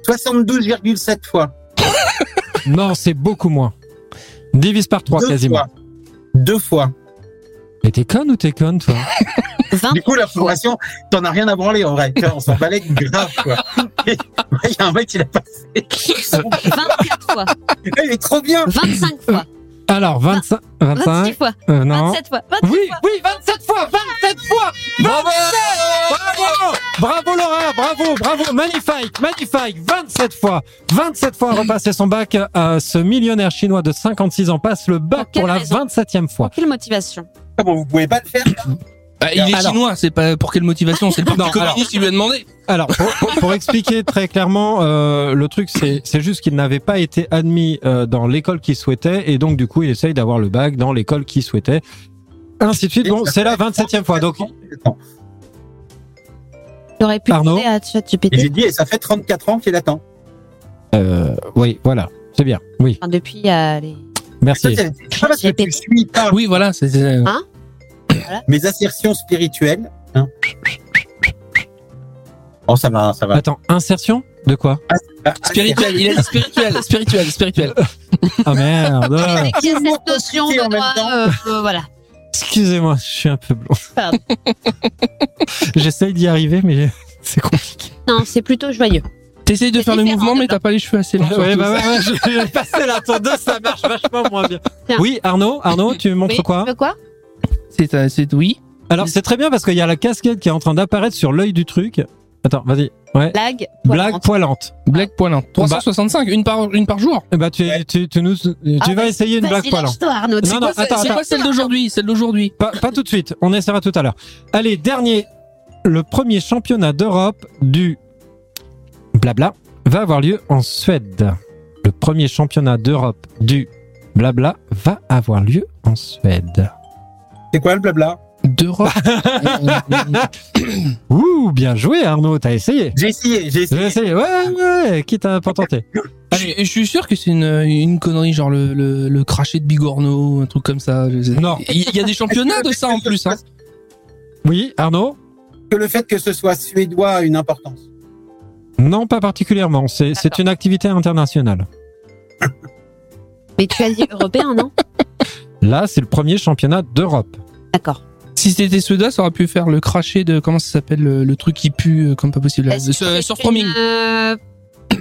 [SPEAKER 1] 72,7 fois.
[SPEAKER 2] Non, c'est beaucoup moins. Divise par 3
[SPEAKER 1] Deux
[SPEAKER 2] quasiment.
[SPEAKER 1] fois. Deux fois.
[SPEAKER 2] Mais t'es conne ou t'es conne, toi
[SPEAKER 8] Vingt.
[SPEAKER 1] Du coup, la formation, t'en as rien à branler en vrai. Tu vois, On s'en balait grave, quoi. Il y a un mec, il a passé.
[SPEAKER 8] Vingt-quatre fois.
[SPEAKER 1] Il est trop bien.
[SPEAKER 8] Vingt-cinq fois.
[SPEAKER 2] Alors, 25.
[SPEAKER 8] 26
[SPEAKER 2] 25
[SPEAKER 8] fois.
[SPEAKER 2] euh, Non.
[SPEAKER 8] 27 fois. 28
[SPEAKER 2] Oui,
[SPEAKER 8] fois.
[SPEAKER 2] oui, 27 fois 27 fois Bravo Bravo Bravo Laura Bravo Bravo Magnifique Magnifique 27 fois 27 fois a repassé son bac. euh, ce millionnaire chinois de 56 ans passe le bac
[SPEAKER 8] Pour quelle
[SPEAKER 2] pour la
[SPEAKER 8] raison
[SPEAKER 2] 27e fois.
[SPEAKER 8] Quelle motivation.
[SPEAKER 1] Comment vous pouvez pas le faire
[SPEAKER 4] Bah, il est
[SPEAKER 2] Alors.
[SPEAKER 4] chinois, c'est pas pour quelle motivation, c'est le parti
[SPEAKER 2] Non, alors.
[SPEAKER 4] communiste qui lui a demandé.
[SPEAKER 2] Alors, pour, pour- pour expliquer très clairement, euh, le truc, c'est c'est juste qu'il n'avait pas été admis euh, dans l'école qu'il souhaitait, et donc, du coup, il essaye d'avoir le bac dans l'école qu'il souhaitait. Ainsi de suite. Bon, c'est la 27e fois. Donc,
[SPEAKER 1] Attends.
[SPEAKER 8] J'aurais pu
[SPEAKER 2] Arnaud
[SPEAKER 8] demander à
[SPEAKER 1] Et
[SPEAKER 8] ChatGPT
[SPEAKER 1] j'ai dit, et ça fait 34 ans qu'il attend.
[SPEAKER 2] euh, oui, voilà. C'est bien. Oui,
[SPEAKER 8] enfin, depuis euh, les-
[SPEAKER 1] Ça,
[SPEAKER 2] merci.
[SPEAKER 1] c'est c'est pas parce que tu suis pas
[SPEAKER 4] Oui, voilà, c'est- euh, c'est
[SPEAKER 1] mes assertions spirituelles. hein. Bon, ça va, ça va.
[SPEAKER 2] Attends, insertion De quoi
[SPEAKER 4] Ah, Spirituel, il a dit spirituel, spirituel, spirituel.
[SPEAKER 2] Ah merde.
[SPEAKER 3] Il y a cette notion,
[SPEAKER 1] compliqué en même
[SPEAKER 3] Benoît,
[SPEAKER 1] temps.
[SPEAKER 3] euh, euh, voilà.
[SPEAKER 2] Excusez-moi, je suis un peu blond.
[SPEAKER 3] Pardon.
[SPEAKER 2] J'essaye d'y arriver, mais c'est compliqué.
[SPEAKER 8] Non, c'est plutôt joyeux.
[SPEAKER 4] T'essayes de
[SPEAKER 3] C'est
[SPEAKER 4] faire le
[SPEAKER 3] différent,
[SPEAKER 4] mouvement, mais
[SPEAKER 3] dedans.
[SPEAKER 4] t'as pas les cheveux assez longs.
[SPEAKER 2] Ouais,
[SPEAKER 4] surtout.
[SPEAKER 2] bah ouais, ouais, je- j'ai passé la tondeuse, ça marche vachement moins bien.
[SPEAKER 8] Tiens.
[SPEAKER 2] Oui, Arnaud, Arnaud, tu montres
[SPEAKER 8] Oui,
[SPEAKER 2] quoi
[SPEAKER 8] tu veux quoi
[SPEAKER 4] C'est un- c'est oui.
[SPEAKER 2] Alors c'est très bien parce qu'il y a la casquette qui est en train d'apparaître sur l'œil du truc. Attends, vas-y. Ouais.
[SPEAKER 8] Blague.
[SPEAKER 2] Blague poilante.
[SPEAKER 4] Blague poilante. 365, une par une par jour.
[SPEAKER 2] Eh ben, tu, tu, tu nous, tu
[SPEAKER 8] Ah,
[SPEAKER 2] vas
[SPEAKER 8] vas-y,
[SPEAKER 2] essayer une blague
[SPEAKER 8] Vas-y,
[SPEAKER 2] poilante.
[SPEAKER 8] lâche-toi, Arnaud.
[SPEAKER 2] Non, non, attends,
[SPEAKER 4] C'est
[SPEAKER 2] attends.
[SPEAKER 4] quoi celle d'aujourd'hui Celle d'aujourd'hui.
[SPEAKER 2] Pas, pas tout de suite. On essaiera tout à l'heure. Allez, dernier. Le premier championnat d'Europe du blabla va avoir lieu en Suède. Le premier championnat d'Europe du blabla va avoir lieu en Suède.
[SPEAKER 1] C'est quoi le blabla
[SPEAKER 4] D'Europe.
[SPEAKER 2] Ouh, bien joué Arnaud, t'as essayé.
[SPEAKER 1] J'ai essayé, j'ai
[SPEAKER 2] J'ai
[SPEAKER 1] essayé.
[SPEAKER 2] essayé, ouais, ouais, quitte à pas tenter.
[SPEAKER 4] je, je suis sûr que c'est une, une connerie, genre le, le, le cracher de Bigorneau, un truc comme ça. Je sais-
[SPEAKER 2] Non.
[SPEAKER 4] Il y, a des championnats de ça en plus. Hein.
[SPEAKER 2] Oui, Arnaud
[SPEAKER 1] Que le fait que ce soit suédois a une importance.
[SPEAKER 2] Non, pas particulièrement. C'est c'est une activité internationale.
[SPEAKER 8] Mais tu as dit européen, non
[SPEAKER 2] Là, c'est le premier championnat d'Europe.
[SPEAKER 8] D'accord.
[SPEAKER 4] Si c'était Suédois, ça aurait pu faire le cracher de. Comment ça s'appelle le, le truc qui pue euh, comme pas possible là,
[SPEAKER 8] Est-ce que
[SPEAKER 4] sur-
[SPEAKER 8] c'est
[SPEAKER 4] Surfroaming.
[SPEAKER 8] une, euh,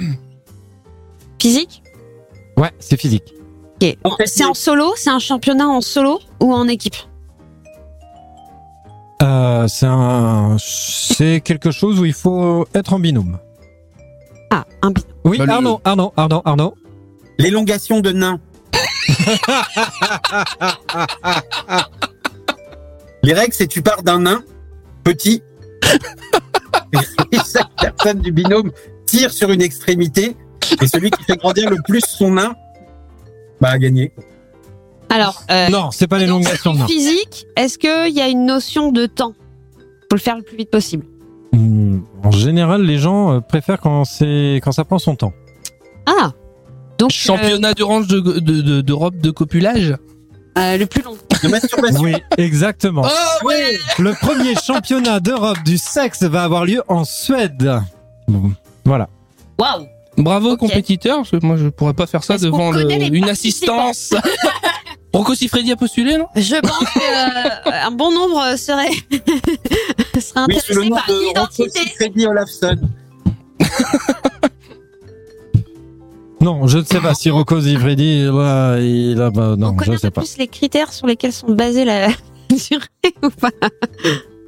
[SPEAKER 8] Physique
[SPEAKER 2] Ouais, c'est physique.
[SPEAKER 8] Ok.
[SPEAKER 1] En fait,
[SPEAKER 8] C'est en solo C'est un championnat en solo ou en équipe
[SPEAKER 2] Euh, c'est un, c'est quelque chose où il faut être en binôme.
[SPEAKER 8] Ah, un bi-
[SPEAKER 2] Oui,
[SPEAKER 4] Bah, le-
[SPEAKER 2] Arnaud, Arnaud, Arnaud, Arnaud.
[SPEAKER 1] L'élongation de nain. Les règles, c'est tu pars d'un nain petit. et chaque personne du binôme tire sur une extrémité. Et celui qui fait grandir le plus son nain, bah, a gagné.
[SPEAKER 8] Alors, euh,
[SPEAKER 2] Non, c'est pas l'élongation.
[SPEAKER 8] donc,
[SPEAKER 2] Non.
[SPEAKER 8] physique, est-ce qu'il y a une notion de temps Faut le faire le plus vite possible.
[SPEAKER 2] Hmm, En général, les gens euh, préfèrent quand c'est quand ça prend son temps.
[SPEAKER 8] Ah Donc, euh,
[SPEAKER 4] Championnat d'orange de- de- de- d'Europe de, copulage.
[SPEAKER 8] euh, le plus long.
[SPEAKER 1] De masturbation.
[SPEAKER 2] Oui, exactement.
[SPEAKER 4] Oh, ouais
[SPEAKER 2] Le premier championnat d'Europe du sexe va avoir lieu en Suède. Bon, Voilà.
[SPEAKER 3] Waouh.
[SPEAKER 4] Bravo
[SPEAKER 3] Ok.
[SPEAKER 4] compétiteur, parce que moi je pourrais pas faire ça
[SPEAKER 8] Est-ce
[SPEAKER 4] devant
[SPEAKER 8] qu'on
[SPEAKER 4] le-
[SPEAKER 8] connaît les
[SPEAKER 4] une assistance. Rocco Siffredi a postulé, non
[SPEAKER 8] Je pense qu'un bon nombre serait, serait
[SPEAKER 1] Oui, sous le
[SPEAKER 8] intéressé
[SPEAKER 1] nom
[SPEAKER 8] par
[SPEAKER 1] de Rocco
[SPEAKER 8] l'identité.
[SPEAKER 1] Siffredi Olafsson.
[SPEAKER 2] Non, je ne sais pas si Rocco Siffredi, là, il a, bah,
[SPEAKER 8] On
[SPEAKER 2] non,
[SPEAKER 8] connaît
[SPEAKER 2] je
[SPEAKER 8] un
[SPEAKER 2] ne sais pas.
[SPEAKER 8] peu plus les critères sur lesquels sont basées la durée ou pas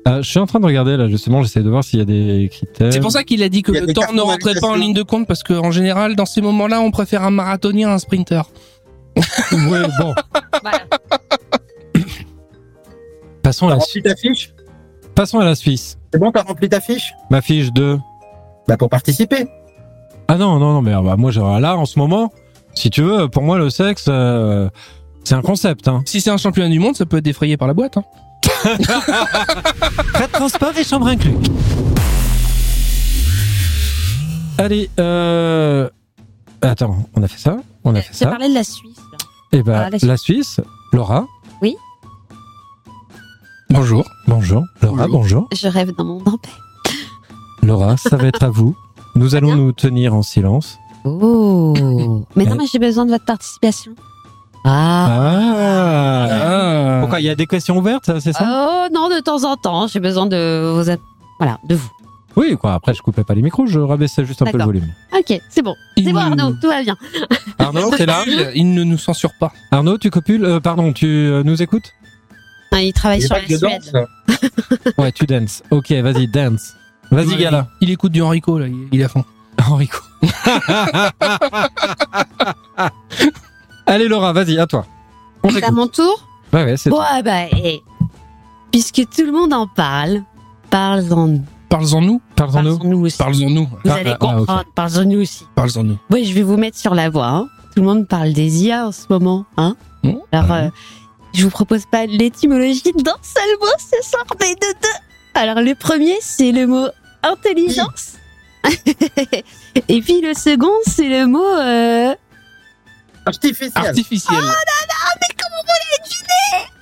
[SPEAKER 2] Euh, je suis en train de regarder là justement, j'essaie de voir s'il y a des critères.
[SPEAKER 4] C'est pour ça qu'il a dit que
[SPEAKER 1] Euh, Il y a
[SPEAKER 4] le
[SPEAKER 1] des
[SPEAKER 4] temps
[SPEAKER 1] cartons
[SPEAKER 4] ne rentrait pas en
[SPEAKER 1] d'habitation.
[SPEAKER 4] ligne de compte parce que en général dans ces moments-là on préfère un marathonien à un sprinter.
[SPEAKER 2] Ouais, bon.
[SPEAKER 8] Voilà.
[SPEAKER 2] Passons à
[SPEAKER 1] T'as
[SPEAKER 2] la,
[SPEAKER 1] rempli ta fiche
[SPEAKER 2] passons à la Suisse.
[SPEAKER 1] C'est bon, t'as rempli ta fiche
[SPEAKER 2] Ma fiche de.
[SPEAKER 1] Bah, pour participer.
[SPEAKER 2] Ah non non non mais ah, bah, moi j'ai- là en ce moment, si tu veux, pour moi le sexe euh, c'est un concept. Hein.
[SPEAKER 4] Si c'est un championnat du monde, ça peut être défrayé par la boîte. hein.
[SPEAKER 2] Frais de transport et chambre inclus. Allez, euh... attends, on a fait ça, on a fait
[SPEAKER 8] Tu
[SPEAKER 2] ça.
[SPEAKER 8] as parlé de la Suisse. là.
[SPEAKER 2] Et ben
[SPEAKER 8] Ah, la Suisse.
[SPEAKER 2] la Suisse, Laura.
[SPEAKER 8] Oui.
[SPEAKER 2] Bonjour. Bonjour. Laura, bonjour.
[SPEAKER 8] Je rêve d'un monde en paix.
[SPEAKER 2] Laura, ça va être à vous. Nous allons nous tenir en silence.
[SPEAKER 8] Oh Mais non, mais j'ai besoin de votre participation. Ah
[SPEAKER 2] Ah
[SPEAKER 8] Euh,
[SPEAKER 4] Ah.
[SPEAKER 2] Pourquoi Il y a des questions ouvertes, c'est ça
[SPEAKER 8] Oh non, de temps en temps, j'ai besoin de vos... app- Voilà, de vous.
[SPEAKER 2] Oui, quoi. Après, je coupais pas les micros, je rabaissais juste un peu le
[SPEAKER 8] D'accord.
[SPEAKER 2] volume.
[SPEAKER 8] Ok, c'est bon. C'est
[SPEAKER 4] Il-
[SPEAKER 8] bon, Arnaud, tout va bien.
[SPEAKER 2] Arnaud, t'es là
[SPEAKER 4] Il, il ne nous censure pas.
[SPEAKER 2] Arnaud, tu copules euh, Pardon, tu euh, nous écoutes
[SPEAKER 8] Ah, Il travaille
[SPEAKER 1] Il y a
[SPEAKER 8] sur
[SPEAKER 1] pas
[SPEAKER 8] la
[SPEAKER 1] que de
[SPEAKER 8] Suède.
[SPEAKER 1] danse.
[SPEAKER 2] Ouais, tu dances. Ok, vas-y, dance. Vas-y,
[SPEAKER 4] Ouais,
[SPEAKER 2] gala.
[SPEAKER 4] Il, il écoute du Enrico là, il, il est à fond.
[SPEAKER 2] Enrico. Allez, Laura, vas-y, à toi. On
[SPEAKER 8] C'est à
[SPEAKER 2] t'écoute.
[SPEAKER 8] mon tour
[SPEAKER 2] Ouais, ouais, c'est
[SPEAKER 8] Bon, ah bah, eh, puisque tout le monde en parle, parlons-en
[SPEAKER 4] Parles-en nous,
[SPEAKER 2] Parlons-nous.
[SPEAKER 8] parlons-nous aussi.
[SPEAKER 4] parles-en nous,
[SPEAKER 8] Vous
[SPEAKER 2] Ah,
[SPEAKER 8] allez
[SPEAKER 2] ah, ah,
[SPEAKER 8] comprendre, parlons-nous aussi.
[SPEAKER 4] parles-en nous.
[SPEAKER 8] Oui, je vais vous mettre sur la voie. hein. Tout le monde parle des IA en ce moment. Hein
[SPEAKER 4] Mmh.
[SPEAKER 8] Alors,
[SPEAKER 2] Ah
[SPEAKER 8] euh, je vous propose pas l'étymologie d'un seul mot ce soir, mais de deux. Alors, le premier, c'est le mot intelligence. Et puis, le second, c'est le mot... euh,
[SPEAKER 1] Ah, Artificiel.
[SPEAKER 4] Ah, Artificiel.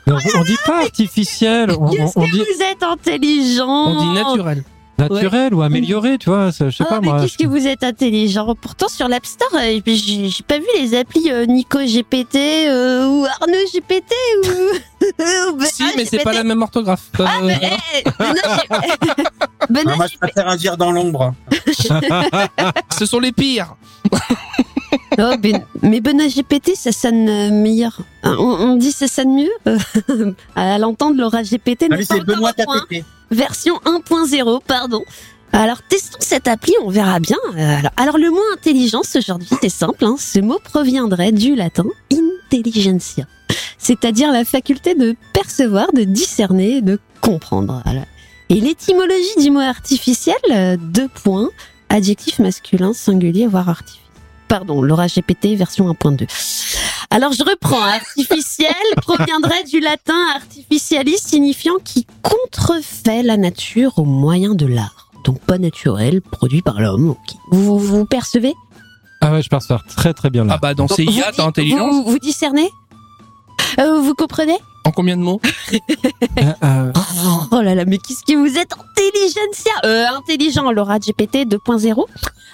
[SPEAKER 2] Mais on, on dit pas artificiel, on, on-
[SPEAKER 8] Qu'est-ce
[SPEAKER 2] Euh, on
[SPEAKER 8] que
[SPEAKER 2] dit
[SPEAKER 8] vous êtes intelligent
[SPEAKER 4] on dit naturel.
[SPEAKER 2] naturel ou amélioré, tu vois. ça, Je sais
[SPEAKER 8] Oh,
[SPEAKER 2] pas
[SPEAKER 8] mais
[SPEAKER 2] moi.
[SPEAKER 8] qu'est-ce que vous êtes intelligent. Pourtant, sur l'App Store, euh, j'ai j'ai pas vu les applis euh, Nico GPT euh, ou Arnaud GPT ou. ou
[SPEAKER 4] Si,
[SPEAKER 8] Benoît
[SPEAKER 4] Ah, mais c'est
[SPEAKER 8] GPT.
[SPEAKER 4] pas la même orthographe.
[SPEAKER 8] Ah,
[SPEAKER 4] Euh,
[SPEAKER 8] mais, eh, Benoît, j'ai- Benoît,
[SPEAKER 1] Ah, moi, je préfère agir dans l'ombre.
[SPEAKER 4] Ce sont les pires.
[SPEAKER 8] Oh, ben- mais Benoît GPT, ça sonne euh, meilleur. On, on dit ça sonne mieux Euh, À l'entendre, Laura GPT
[SPEAKER 1] Ah
[SPEAKER 8] n'est
[SPEAKER 1] oui,
[SPEAKER 8] pas
[SPEAKER 1] c'est
[SPEAKER 8] encore
[SPEAKER 1] Benoît
[SPEAKER 8] au point.
[SPEAKER 1] Tapété.
[SPEAKER 8] Version 1.0, pardon. Alors, testons cette appli, on verra bien. Euh, Alors, alors, le mot intelligence aujourd'hui, c'est simple. hein. Ce mot proviendrait du latin intelligentsia, c'est-à-dire la faculté de percevoir, de discerner, de comprendre. Voilà. Et l'étymologie du mot artificiel, euh, deux points, adjectif masculin, singulier, voire artificiel. Pardon, Laura GPT version 1.2. Alors je reprends. Artificiel proviendrait du latin artificialis, signifiant qui contrefait la nature au moyen de l'art. Donc pas naturel, produit par l'homme. Ok. Vous, vous, vous percevez
[SPEAKER 2] Ah ouais, je pars faire très très bien là.
[SPEAKER 4] Ah bah dans ces
[SPEAKER 8] Vous-
[SPEAKER 4] IA,
[SPEAKER 8] vous-
[SPEAKER 4] t'as intelligence.
[SPEAKER 8] Vous, vous discernez Euh, Vous comprenez
[SPEAKER 4] En combien de mots
[SPEAKER 2] Euh, euh,
[SPEAKER 8] Oh là là, mais qu'est-ce que vous êtes intelligentsia Euh, intelligent, Laura GPT 2.0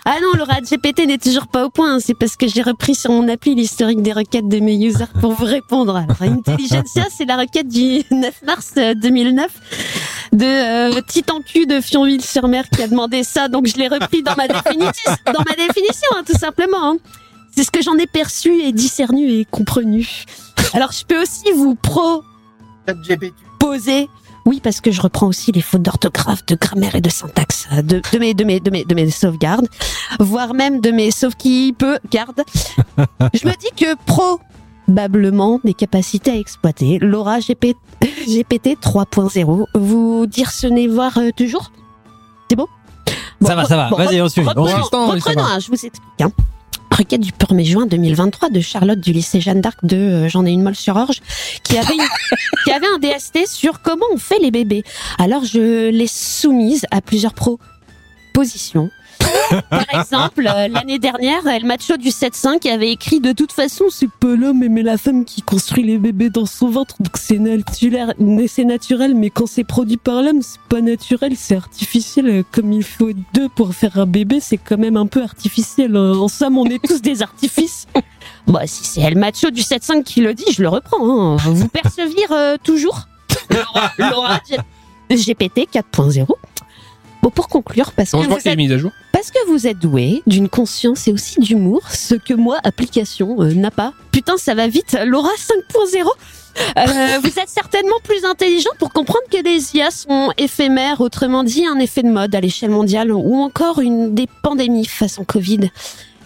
[SPEAKER 8] Ah non, Laura GPT n'est toujours pas au point, hein. c'est parce que j'ai repris sur mon appli l'historique des requêtes de mes users pour vous répondre. Alors, intelligentsia, c'est la requête du 9 mars euh, 2009 de euh, Titan Q de Fionville-sur-Mer qui a demandé ça, donc je l'ai repris dans ma, définition- dans ma définition, hein, tout simplement. hein. C'est ce que j'en ai perçu et discernu et comprenu. Alors, je peux aussi vous pro
[SPEAKER 1] ChatGPT.
[SPEAKER 8] poser. Oui, parce que je reprends aussi les fautes d'orthographe, de grammaire et de syntaxe euh, de, de, mes, de, mes, de, mes, de mes sauvegardes, voire même de mes sauve qui peut garde. Je me dis que probablement des capacités à exploiter. Laura GP, GPT 3.0, vous dircenez voir euh, toujours C'est bon,
[SPEAKER 2] Ça va, ça va.
[SPEAKER 8] bon,
[SPEAKER 2] Vas-y, on suit. on
[SPEAKER 8] Reprenons,
[SPEAKER 2] suit.
[SPEAKER 4] l'instant, oui, ça
[SPEAKER 8] reprenons, hein, je vous explique. hein. Requête du 1er juin 2023 de Charlotte du lycée Jeanne d'Arc de euh, J'en ai une molle sur Orge qui avait, une- qui avait un DST sur comment on fait les bébés. Alors je l'ai soumise à plusieurs propositions. Par exemple, euh, l'année dernière, El Macho du 7-5 avait écrit De toute façon, c'est pas l'homme, mais la femme qui construit les bébés dans son ventre, donc c'est naturel, mais c'est naturel, mais quand c'est produit par l'homme, c'est pas naturel, c'est artificiel. euh, Comme il faut deux pour faire un bébé, c'est quand même un peu artificiel. Euh, En somme, on est tous des artifices. Bah, si c'est El Macho du 7-5 qui le dit, je le reprends. hein. Vous percevir euh, toujours Laura, Laura, GPT 4.0. Bon, pour conclure, parce que
[SPEAKER 4] Heureusement
[SPEAKER 8] vous
[SPEAKER 4] qu'il est
[SPEAKER 8] êtes-
[SPEAKER 4] mis à jour.
[SPEAKER 8] parce que vous êtes doué d'une conscience et aussi d'humour, ce que moi, application, euh, n'a pas. Putain, ça va vite, Laura 5.0 Euh, Vous êtes certainement plus intelligent pour comprendre que les IA sont éphémères, autrement dit un effet de mode à l'échelle mondiale, ou encore une des pandémies façon Covid.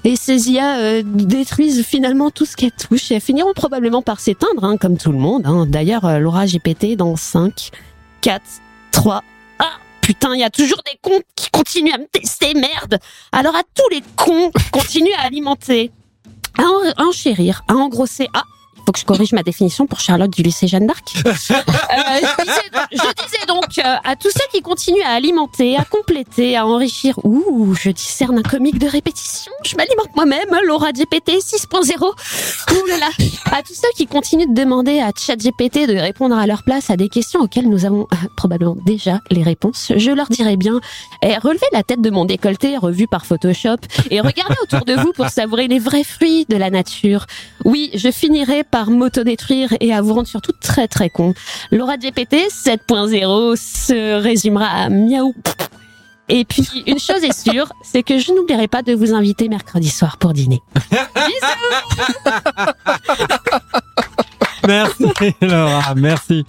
[SPEAKER 8] Et ces IA euh, détruisent finalement tout ce qu'elles touchent et elles finiront probablement par s'éteindre, hein, comme tout le monde. hein. D'ailleurs, euh, Laura GPT dans 5, 4, 3, ah, putain, il y a toujours des cons qui continuent à me tester, merde. Alors à tous les cons, continuez à alimenter, à, en- à enchérir, à engrosser. Ah, il faut que je corrige ma définition pour Charlotte du lycée Jeanne d'Arc. Euh, je, disais, je disais donc euh, à tous ceux qui continuent à alimenter, à compléter, à enrichir. Ouh, je discerne un comique de répétition. Je m'alimente moi-même, hein, Laura GPT 6.0. Ouh Oh là là. À tous ceux qui continuent de demander à ChatGPT de répondre à leur place à des questions auxquelles nous avons euh, probablement déjà les réponses, je leur dirais bien eh, relevez la tête de mon décolleté revu par Photoshop et regardez autour de vous pour savourer les vrais fruits de la nature. Oui, je finirai par m'autodétruire et à vous rendre surtout très très con. Laura GPT 7.0 se résumera à miaou. Et puis, une chose est sûre, c'est que je n'oublierai pas de vous inviter mercredi soir pour dîner.
[SPEAKER 2] Merci Laura, merci,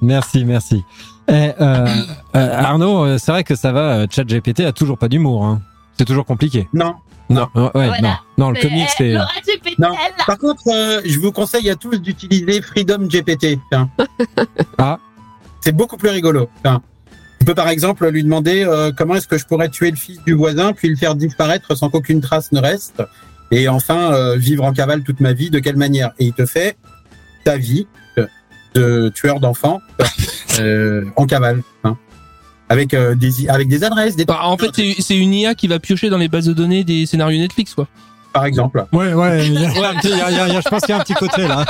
[SPEAKER 2] merci, merci. Eh, euh, euh, Arnaud, euh, c'est vrai que ça va, euh, ChatGPT a toujours pas d'humour. hein. C'est toujours compliqué.
[SPEAKER 1] Non.
[SPEAKER 2] Non, euh, ouais,
[SPEAKER 8] Voilà.
[SPEAKER 2] non, non, le
[SPEAKER 8] Mais,
[SPEAKER 2] comics,
[SPEAKER 8] eh,
[SPEAKER 2] c'est. euh,
[SPEAKER 8] Laura GPT,
[SPEAKER 1] Non.
[SPEAKER 8] elle,
[SPEAKER 1] Par contre, euh, je vous conseille à tous d'utiliser Freedom GPT. Enfin,
[SPEAKER 2] Ah.
[SPEAKER 1] C'est beaucoup plus rigolo. Enfin, je peux par exemple lui demander euh, comment est-ce que je pourrais tuer le fils du voisin, puis le faire disparaître sans qu'aucune trace ne reste, et enfin euh, vivre en cavale toute ma vie, de quelle manière Et il te fait ta vie euh, de tueur d'enfants euh, en cavale. hein. avec, euh, des, i- avec des adresses, des
[SPEAKER 4] Bah, en fait, c'est- c'est une IA qui va piocher dans les bases de données des scénarios Netflix, quoi.
[SPEAKER 1] par exemple.
[SPEAKER 2] Ouais, ouais, il y a- il y a un petit- il y a- il y a- il y a- je pense qu'il y a un petit côté là.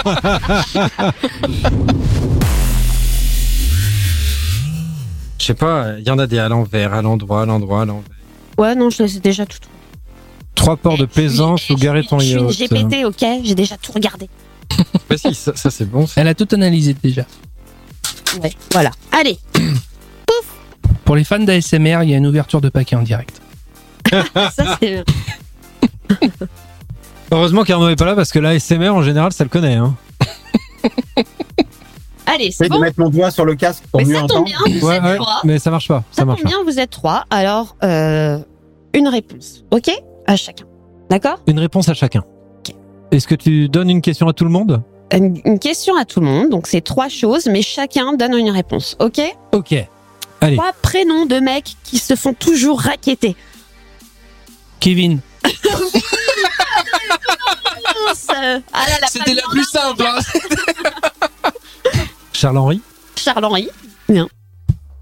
[SPEAKER 2] Je sais pas, il y en a des à l'envers, à l'endroit, à l'endroit, à l'envers.
[SPEAKER 8] Ouais, non, je les ai déjà tout trouvés.
[SPEAKER 2] Trois ports de plaisance ou garer ton
[SPEAKER 8] Je suis une
[SPEAKER 2] yacht.
[SPEAKER 8] GPT, ok J'ai déjà tout regardé.
[SPEAKER 2] Bah si, ça, ça, c'est bon. ça.
[SPEAKER 4] Elle a tout analysé déjà.
[SPEAKER 8] Ouais, voilà. Allez,
[SPEAKER 4] Pour les fans d'ASMR, il y a une ouverture de paquet en direct.
[SPEAKER 8] ça c'est. euh,
[SPEAKER 2] Heureusement qu'Arnaud est pas là parce que l'ASMR en général, ça le connaît. Hein.
[SPEAKER 8] Allez,
[SPEAKER 1] J'essaie
[SPEAKER 8] c'est
[SPEAKER 1] de
[SPEAKER 8] bon.
[SPEAKER 1] mettre mon doigt sur le casque pour
[SPEAKER 8] Mais
[SPEAKER 1] mieux
[SPEAKER 8] ça tombe
[SPEAKER 1] entendre.
[SPEAKER 8] bien, vous
[SPEAKER 2] Ouais,
[SPEAKER 8] êtes
[SPEAKER 2] ouais,
[SPEAKER 8] trois.
[SPEAKER 2] mais ça marche pas. Ça,
[SPEAKER 8] Ça
[SPEAKER 2] marche
[SPEAKER 8] tombe bien, vous êtes trois. Alors, euh, une réponse, ok À chacun. D'accord
[SPEAKER 2] pas. Une réponse à chacun. Est-ce que tu donnes une question à tout le monde
[SPEAKER 8] une, une question à tout le monde. Donc, c'est trois choses, mais chacun donne une réponse, ok
[SPEAKER 2] Ok. Allez.
[SPEAKER 8] Trois prénoms de mecs qui se font toujours raqueter.
[SPEAKER 4] Kevin,
[SPEAKER 8] Mince Ah là, la
[SPEAKER 4] c'était
[SPEAKER 8] famille
[SPEAKER 4] la plus simple. hein.
[SPEAKER 2] Charles-Henri.
[SPEAKER 8] Charles-Henri.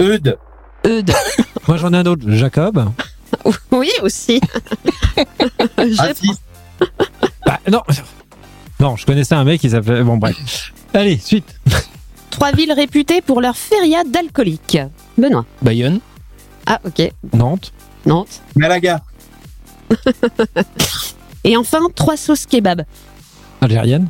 [SPEAKER 1] Eudes,
[SPEAKER 8] Eudes.
[SPEAKER 2] Moi, j'en ai un autre. Jacob.
[SPEAKER 8] Oui, aussi. Je-
[SPEAKER 2] Ah,
[SPEAKER 1] raciste,
[SPEAKER 2] Bah, non. Non, je connaissais un mec, il s'appelait. Bon, bref. Allez, suite.
[SPEAKER 8] Trois villes réputées pour leur fériade d'alcooliques. Benoît.
[SPEAKER 4] Bayonne,
[SPEAKER 8] Ah, ok.
[SPEAKER 2] Nantes.
[SPEAKER 8] Nantes.
[SPEAKER 1] Malaga,
[SPEAKER 8] Et enfin, trois sauces kebab.
[SPEAKER 2] Algérienne.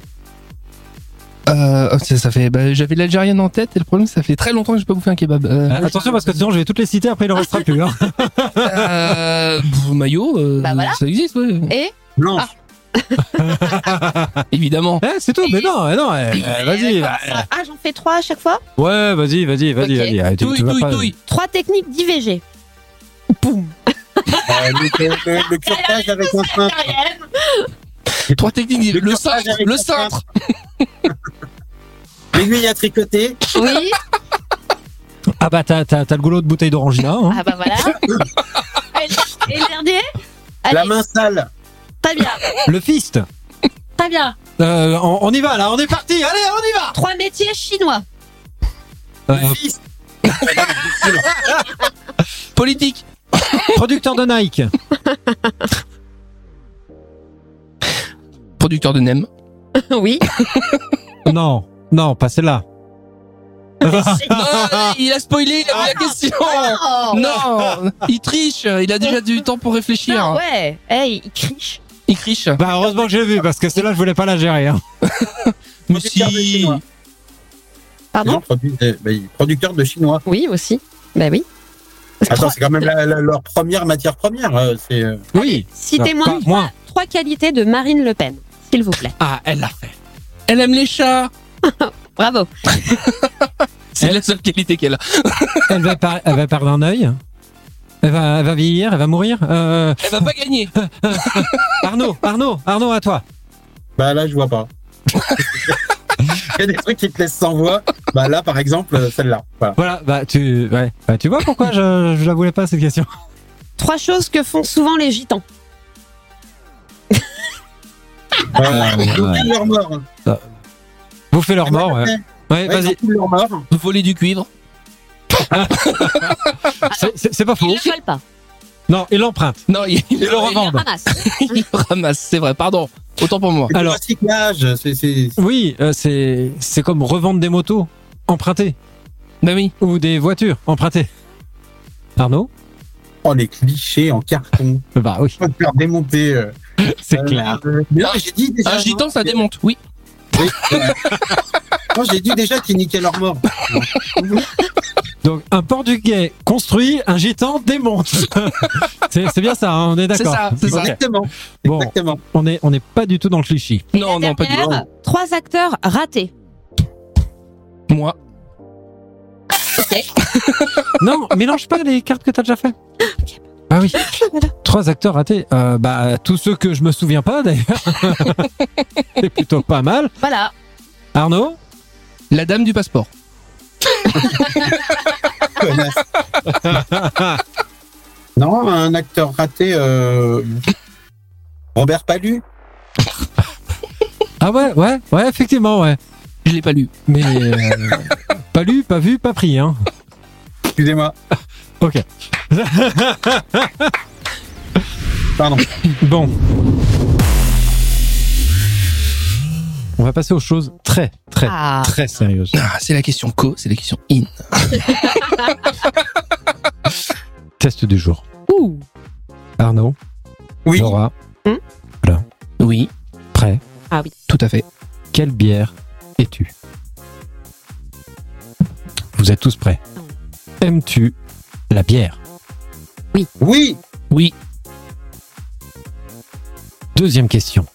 [SPEAKER 4] Euh, oh, ça, ça fait, bah, j'avais l'algérienne en tête et le problème, ça fait très longtemps que j'ai pas bouffé un kebab. Euh,
[SPEAKER 2] Ah, attention parce que sinon, je vais toutes les citer, après, il en restera plus. hein.
[SPEAKER 4] Ah. euh, pff, maillot, euh,
[SPEAKER 8] Bah voilà.
[SPEAKER 4] ça existe, ouais.
[SPEAKER 1] blanche,
[SPEAKER 4] évidemment.
[SPEAKER 2] Eh, c'est tout, mais non, eh, non, eh, eh, vas-y. bah, eh.
[SPEAKER 8] Ah, j'en fais trois à chaque fois
[SPEAKER 2] Ouais, vas-y, vas-y, vas-y,
[SPEAKER 4] Ok.
[SPEAKER 2] vas-y. Ah, tu-
[SPEAKER 4] Touille,
[SPEAKER 2] tu vas
[SPEAKER 4] touille,
[SPEAKER 2] pas-
[SPEAKER 4] touille.
[SPEAKER 8] Trois techniques d'IVG.
[SPEAKER 1] euh, le, le- le curtage avec un train.
[SPEAKER 4] Trois techniques.
[SPEAKER 1] Le
[SPEAKER 4] Le
[SPEAKER 1] curtage
[SPEAKER 4] cintre,
[SPEAKER 1] avec
[SPEAKER 4] le
[SPEAKER 1] la
[SPEAKER 4] cintre.
[SPEAKER 1] L'aiguille à tricoter,
[SPEAKER 8] Oui.
[SPEAKER 2] Ah bah, t'as, t'as- t'as le goulot de bouteille d'orangina. Hein.
[SPEAKER 8] Ah bah voilà. Et le dernier
[SPEAKER 1] la
[SPEAKER 8] Allez,
[SPEAKER 1] main sale,
[SPEAKER 8] pas bien,
[SPEAKER 2] Le fist.
[SPEAKER 8] pas bien.
[SPEAKER 2] Euh, on, on y va, là, on est parti. Allez, on y va.
[SPEAKER 8] Trois métiers chinois.
[SPEAKER 2] Euh,
[SPEAKER 1] le fils.
[SPEAKER 4] Politique.
[SPEAKER 2] producteur de Nike.
[SPEAKER 4] Producteur de NEM.
[SPEAKER 8] Oui.
[SPEAKER 2] Non, non, pas celle-là.
[SPEAKER 4] Non, non, il a spoilé, il a mis la question. ah.
[SPEAKER 8] Oh.
[SPEAKER 4] Non, il triche. Il a déjà du temps pour
[SPEAKER 8] Ah
[SPEAKER 4] réfléchir.
[SPEAKER 8] ouais. Hey, il criche.
[SPEAKER 4] Il triche.
[SPEAKER 2] Bah, heureusement que j'ai vu parce que celle-là, je voulais pas la gérer. hein.
[SPEAKER 4] Mais
[SPEAKER 1] Producteur de
[SPEAKER 4] si.
[SPEAKER 1] chinois.
[SPEAKER 8] Pardon
[SPEAKER 1] Non, produ- euh, bah, producteur de chinois.
[SPEAKER 8] Oui, aussi. Bah oui.
[SPEAKER 1] Attends,
[SPEAKER 8] Trois-
[SPEAKER 1] c'est quand même la- la- leur première matière première. euh, c'est euh,
[SPEAKER 2] Oui.
[SPEAKER 8] Ah, Citez-moi
[SPEAKER 2] Pas moi.
[SPEAKER 8] trois qualités de Marine Le Pen, s'il vous plaît.
[SPEAKER 4] Ah, elle l'a fait. Elle aime les chats.
[SPEAKER 8] Bravo.
[SPEAKER 4] C'est la seule qualité qu'elle a.
[SPEAKER 2] Elle va, par- elle va perdre un œil. Elle va, elle va vieillir, elle va mourir. Euh,
[SPEAKER 4] Elle va pas gagner.
[SPEAKER 2] Arnaud, Arnaud, Arnaud, à toi.
[SPEAKER 1] Bah là, je vois pas. Il y a des trucs qui te laissent sans voix. Bah là, par exemple, euh, celle-là. Voilà.
[SPEAKER 2] Voilà, bah tu, ouais. bah, tu vois pourquoi je, je la voulais pas cette question.
[SPEAKER 8] Trois choses que font souvent les gitans.
[SPEAKER 1] Voilà.
[SPEAKER 2] ouais,
[SPEAKER 1] Ils ont
[SPEAKER 2] ouais.
[SPEAKER 1] tous leur mort.
[SPEAKER 2] Vous faites leur mort. Ouais, Ouais,
[SPEAKER 1] Ouais, ils ont
[SPEAKER 2] Eh, vas-y.
[SPEAKER 1] tous leur mort.
[SPEAKER 4] Voler du cuivre.
[SPEAKER 2] C'est- C'est c'est pas
[SPEAKER 8] Ils
[SPEAKER 2] faux.
[SPEAKER 8] ne veulent pas.
[SPEAKER 2] Non, et l'empreinte.
[SPEAKER 4] Non, il, il le
[SPEAKER 8] Ils les
[SPEAKER 4] revendent.
[SPEAKER 8] ramassent.
[SPEAKER 4] Il le ramasse, c'est vrai. Pardon. Autant pour moi.
[SPEAKER 1] C'est
[SPEAKER 2] Alors.
[SPEAKER 1] Alors, recyclage, c'est c'est-
[SPEAKER 2] Oui, euh, c'est, c'est comme revendre des motos empruntées
[SPEAKER 4] Bah oui.
[SPEAKER 2] ou des voitures empruntées. Arnaud.
[SPEAKER 1] oh, les clichés en carton.
[SPEAKER 2] Bah oui,
[SPEAKER 1] Faut te faire démonter. euh.
[SPEAKER 2] c'est
[SPEAKER 4] Ah,
[SPEAKER 1] Euh,
[SPEAKER 2] clair. Ah,
[SPEAKER 1] euh, mais non, mais j'ai dit déjà.
[SPEAKER 4] Un gitan, ça démonte. Oui.
[SPEAKER 1] Oui, euh, non, j'ai dit déjà qu'ils niquaient leur mort.
[SPEAKER 2] Donc un portugais construit, un gitan démonte. c'est c'est bien ça, hein, on est
[SPEAKER 4] C'est
[SPEAKER 2] d'accord.
[SPEAKER 4] ça, c'est ça.
[SPEAKER 2] Ok.
[SPEAKER 1] Exactement.
[SPEAKER 2] Bon.
[SPEAKER 1] Exactement.
[SPEAKER 2] On est on n'est pas du tout dans le cliché.
[SPEAKER 4] Non, non, pas du tout.
[SPEAKER 8] Dernière, Trois acteurs ratés.
[SPEAKER 4] Moi.
[SPEAKER 2] Non, mélange pas les cartes que t'as déjà fait. Ah oui. Trois acteurs ratés. Euh, bah tous ceux que je me souviens pas d'ailleurs. c'est plutôt pas mal.
[SPEAKER 8] Voilà.
[SPEAKER 2] Arnaud,
[SPEAKER 4] La dame du passeport.
[SPEAKER 1] Connasse. non, un acteur raté. euh, Robert Palu.
[SPEAKER 2] ah ouais ouais ouais effectivement ouais.
[SPEAKER 4] Je l'ai pas lu.
[SPEAKER 2] Mais euh, pas lu, pas vu, pas pris hein.
[SPEAKER 1] Excusez-moi.
[SPEAKER 2] Ok.
[SPEAKER 1] Pardon.
[SPEAKER 2] Bon. On va passer aux choses très très,
[SPEAKER 8] Ah.
[SPEAKER 2] très sérieuse.
[SPEAKER 4] Ah, c'est la question co, c'est la question in.
[SPEAKER 2] Test du jour.
[SPEAKER 8] Ouh.
[SPEAKER 2] Arnaud,
[SPEAKER 1] Oui.
[SPEAKER 2] Laura,
[SPEAKER 4] Oui,
[SPEAKER 2] prêt
[SPEAKER 4] tout à fait.
[SPEAKER 2] Quelle bière es-tu Vous êtes tous prêts Aimes-tu la bière
[SPEAKER 1] Oui.
[SPEAKER 4] Oui,
[SPEAKER 2] Deuxième question.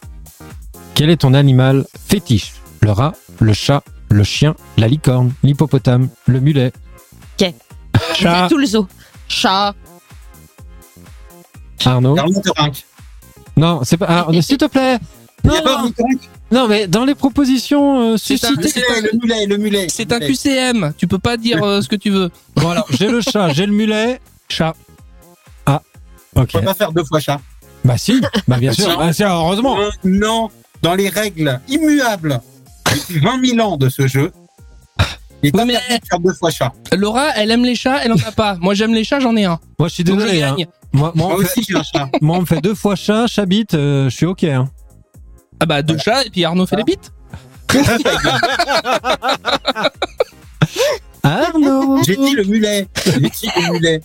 [SPEAKER 2] Quel est ton animal fétiche Le rat, le chat, le chien, la licorne, l'hippopotame, le mulet
[SPEAKER 4] Ah.
[SPEAKER 8] C'est tout le zoo. Chat.
[SPEAKER 2] Arnaud
[SPEAKER 1] Arnaud Terinck.
[SPEAKER 2] Non, c'est pas. Arnaud, s'il te plaît
[SPEAKER 1] Il
[SPEAKER 2] non,
[SPEAKER 1] y a pas
[SPEAKER 2] non,
[SPEAKER 1] Arnaud Terinck
[SPEAKER 2] non, mais dans les propositions euh,
[SPEAKER 4] C'est un-
[SPEAKER 1] Le
[SPEAKER 2] suscitées.
[SPEAKER 1] mulet, le mulet, le mulet.
[SPEAKER 4] c'est un QCM, tu peux pas dire euh, ce que tu veux.
[SPEAKER 2] Bon, alors, j'ai le chat, j'ai le mulet, chat. Ah, ok.
[SPEAKER 1] On peut pas faire deux fois chat.
[SPEAKER 2] Bah, si, bah, bien sûr,
[SPEAKER 1] Non.
[SPEAKER 2] bah, si,
[SPEAKER 4] Oh.
[SPEAKER 2] heureusement.
[SPEAKER 1] Euh, Non, dans les règles immuables depuis 20 000 ans de ce jeu, il est
[SPEAKER 4] Oui, mais-
[SPEAKER 1] interdit de faire deux fois chat.
[SPEAKER 4] Laura, elle aime les chats, elle en a pas. Moi, j'aime les chats, j'en ai un.
[SPEAKER 2] Moi, je suis
[SPEAKER 4] Donc, je
[SPEAKER 2] désolé. hein.
[SPEAKER 4] gagne.
[SPEAKER 2] Moi, moi,
[SPEAKER 1] Moi
[SPEAKER 2] on me fait,
[SPEAKER 1] aussi, j'ai un chat.
[SPEAKER 2] moi, on me fait deux fois chat, chat bite, euh, je suis ok. hein.
[SPEAKER 4] Ah bah, deux chats, et puis Arnaud fait les bites.
[SPEAKER 2] Arnaud
[SPEAKER 1] J'ai dit le mulet. J'ai dit le mulet.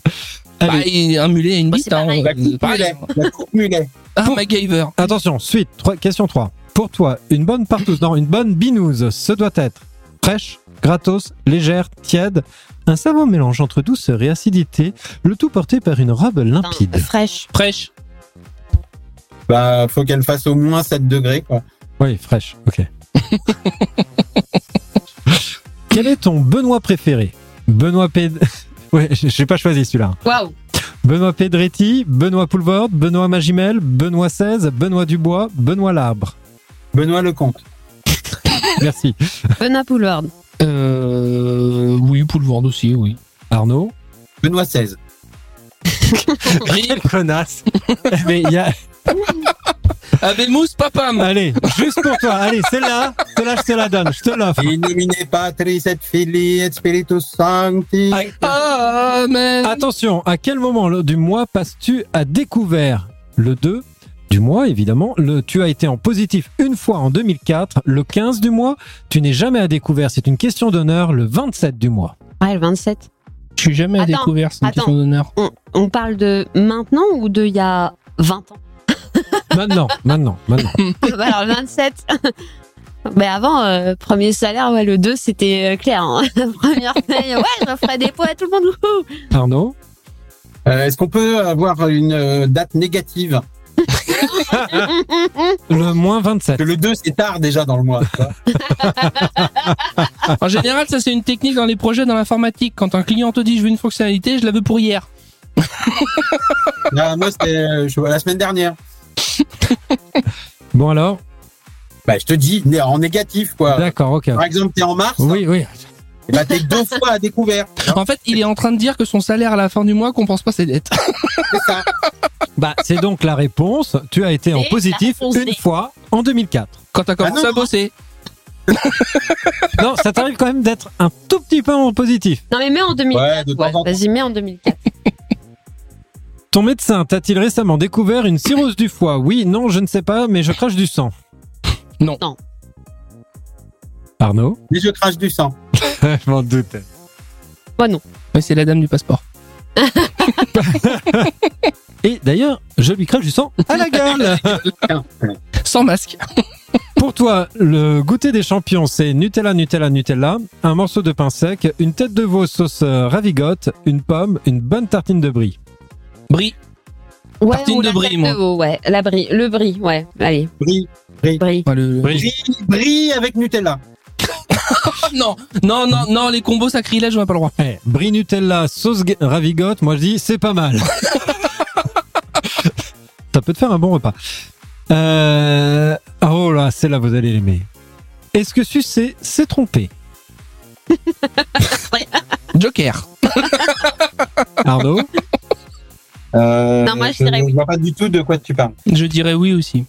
[SPEAKER 4] Bah,
[SPEAKER 2] Allez,
[SPEAKER 4] et un mulet et une
[SPEAKER 3] Ouais,
[SPEAKER 4] bite.
[SPEAKER 3] c'est pareil.
[SPEAKER 4] hein.
[SPEAKER 1] La coupe
[SPEAKER 4] Pareil.
[SPEAKER 1] mulet. La coupe mulet.
[SPEAKER 4] Ah, MacGyver.
[SPEAKER 2] attention, suite, trois- question 3. Pour toi, une bonne partouze, non, une bonne binouze, ce doit être fraîche, gratos, légère, tiède, un savant mélange entre douceur et acidité, le tout porté par une robe limpide.
[SPEAKER 8] Fraîche.
[SPEAKER 4] Fraîche.
[SPEAKER 1] Bah, faut qu'elle fasse au moins 7 degrés, quoi.
[SPEAKER 2] Oui, fraîche, ok. Quel est ton Benoît préféré Benoît Ped... Ouais, j'ai pas choisi celui-là.
[SPEAKER 3] Waouh.
[SPEAKER 2] Benoît Pedretti, Benoît Poulvord, Benoît Magimel, Benoît XVI, Benoît Dubois, Benoît Labre.
[SPEAKER 1] Benoît Lecomte.
[SPEAKER 2] Merci.
[SPEAKER 8] Benoît Poulvord.
[SPEAKER 4] Euh, oui, pour le vendre aussi, oui.
[SPEAKER 2] Arnaud
[SPEAKER 1] Benoît XVI.
[SPEAKER 4] Et
[SPEAKER 2] Quelle connasse Mais il y a...
[SPEAKER 4] Abelmousse Papam.
[SPEAKER 2] Allez, juste pour toi, allez, celle-là, celle-là, je te la donne, je te l'offre.
[SPEAKER 1] In nomine Patris et Filii et Spiritus Sancti.
[SPEAKER 2] Ah,
[SPEAKER 4] Amen.
[SPEAKER 2] Attention, à quel moment le- du mois passes-tu à découvert Le 2 du mois, évidemment. Le, tu as été en positif une fois en 2004. Le 15 du mois, tu n'es jamais à découvert. C'est une question d'honneur. Le 27 du mois.
[SPEAKER 8] Ah, le 27.
[SPEAKER 4] Je suis jamais à
[SPEAKER 8] Attends,
[SPEAKER 4] découvert, c'est une
[SPEAKER 8] attends.
[SPEAKER 4] question d'honneur.
[SPEAKER 8] On, on parle de maintenant ou de il y a 20 ans
[SPEAKER 2] Maintenant, maintenant, maintenant.
[SPEAKER 8] Bah Alors, le 27. Mais avant, euh, premier salaire, ouais, le 2, c'était euh, clair. hein. Première paye, ouais, je ferai des pots à tout le monde. wouhou.
[SPEAKER 2] Arnaud
[SPEAKER 1] Euh, Est-ce qu'on peut avoir une euh, date négative
[SPEAKER 8] Hum, hum, hum.
[SPEAKER 2] Le moins 27.
[SPEAKER 1] Que le 2, c'est tard déjà dans le mois. tu vois.
[SPEAKER 4] En général, ça c'est une technique dans les projets dans l'informatique. Quand un client te dit je veux une fonctionnalité, je la veux pour hier.
[SPEAKER 1] Là, moi, c'était euh, je- la semaine dernière.
[SPEAKER 2] Bon alors
[SPEAKER 1] Bah, je te dis, né- en négatif, quoi.
[SPEAKER 2] D'accord, ok.
[SPEAKER 1] Par exemple, t'es en mars,
[SPEAKER 2] Oui, oui.
[SPEAKER 1] et bah, t'es deux fois à découvert.
[SPEAKER 4] En fait, il est en train de dire que son salaire à la fin du mois compense pas ses dettes.
[SPEAKER 1] C'est ça.
[SPEAKER 2] Bah, c'est donc la réponse. Tu as été en
[SPEAKER 3] C'est
[SPEAKER 2] positif
[SPEAKER 3] la réponse
[SPEAKER 2] une
[SPEAKER 3] D.
[SPEAKER 2] fois en 2004.
[SPEAKER 4] Quand t'as commencé
[SPEAKER 1] Ah non.
[SPEAKER 4] à bosser.
[SPEAKER 2] Non, ça t'arrive quand même d'être un tout petit peu en positif.
[SPEAKER 8] Non, mais mets en 2004.
[SPEAKER 1] Ouais, de temps
[SPEAKER 8] ouais.
[SPEAKER 1] en temps.
[SPEAKER 8] Vas-y, mets en 2004.
[SPEAKER 2] Ton médecin t'a-t-il récemment découvert une cirrhose du foie Oui, non, je ne sais pas, mais je crache du sang.
[SPEAKER 4] Non.
[SPEAKER 8] Non.
[SPEAKER 2] Arnaud
[SPEAKER 1] Mais je crache du sang.
[SPEAKER 2] Je m'en doutais.
[SPEAKER 4] Mais c'est la dame du passeport.
[SPEAKER 2] Et d'ailleurs, je lui crache du sang à Ah, la gueule
[SPEAKER 4] Sans masque.
[SPEAKER 2] Pour toi, le goûter des champions, c'est Nutella, Nutella, Nutella, un morceau de pain sec, une tête de veau sauce euh, ravigote, une pomme, une bonne tartine de brie.
[SPEAKER 4] Brie.
[SPEAKER 8] Ouais,
[SPEAKER 4] Tartine
[SPEAKER 8] ou
[SPEAKER 4] de
[SPEAKER 8] la
[SPEAKER 4] brie,
[SPEAKER 8] tête
[SPEAKER 4] moi.
[SPEAKER 8] veau, ouais. La brie, le brie, ouais. Allez,
[SPEAKER 1] Brille,
[SPEAKER 8] brie.
[SPEAKER 4] Enfin, le-
[SPEAKER 1] brille, brille avec Nutella.
[SPEAKER 4] Oh, non, non, non, non, les combos sacrilèges, on n'a pas le droit.
[SPEAKER 2] Eh, brie Nutella, sauce ga- ravigote, moi je dis c'est pas mal. Ça peut te faire un bon repas. Euh... Oh là, c'est là vous allez l'aimer. Est-ce que Sucé s'est trompé
[SPEAKER 4] Joker.
[SPEAKER 2] Arnaud
[SPEAKER 1] Euh,
[SPEAKER 8] Non, moi, je
[SPEAKER 1] je
[SPEAKER 8] dirais oui.
[SPEAKER 1] vois pas du tout de quoi tu parles.
[SPEAKER 4] Je dirais oui aussi.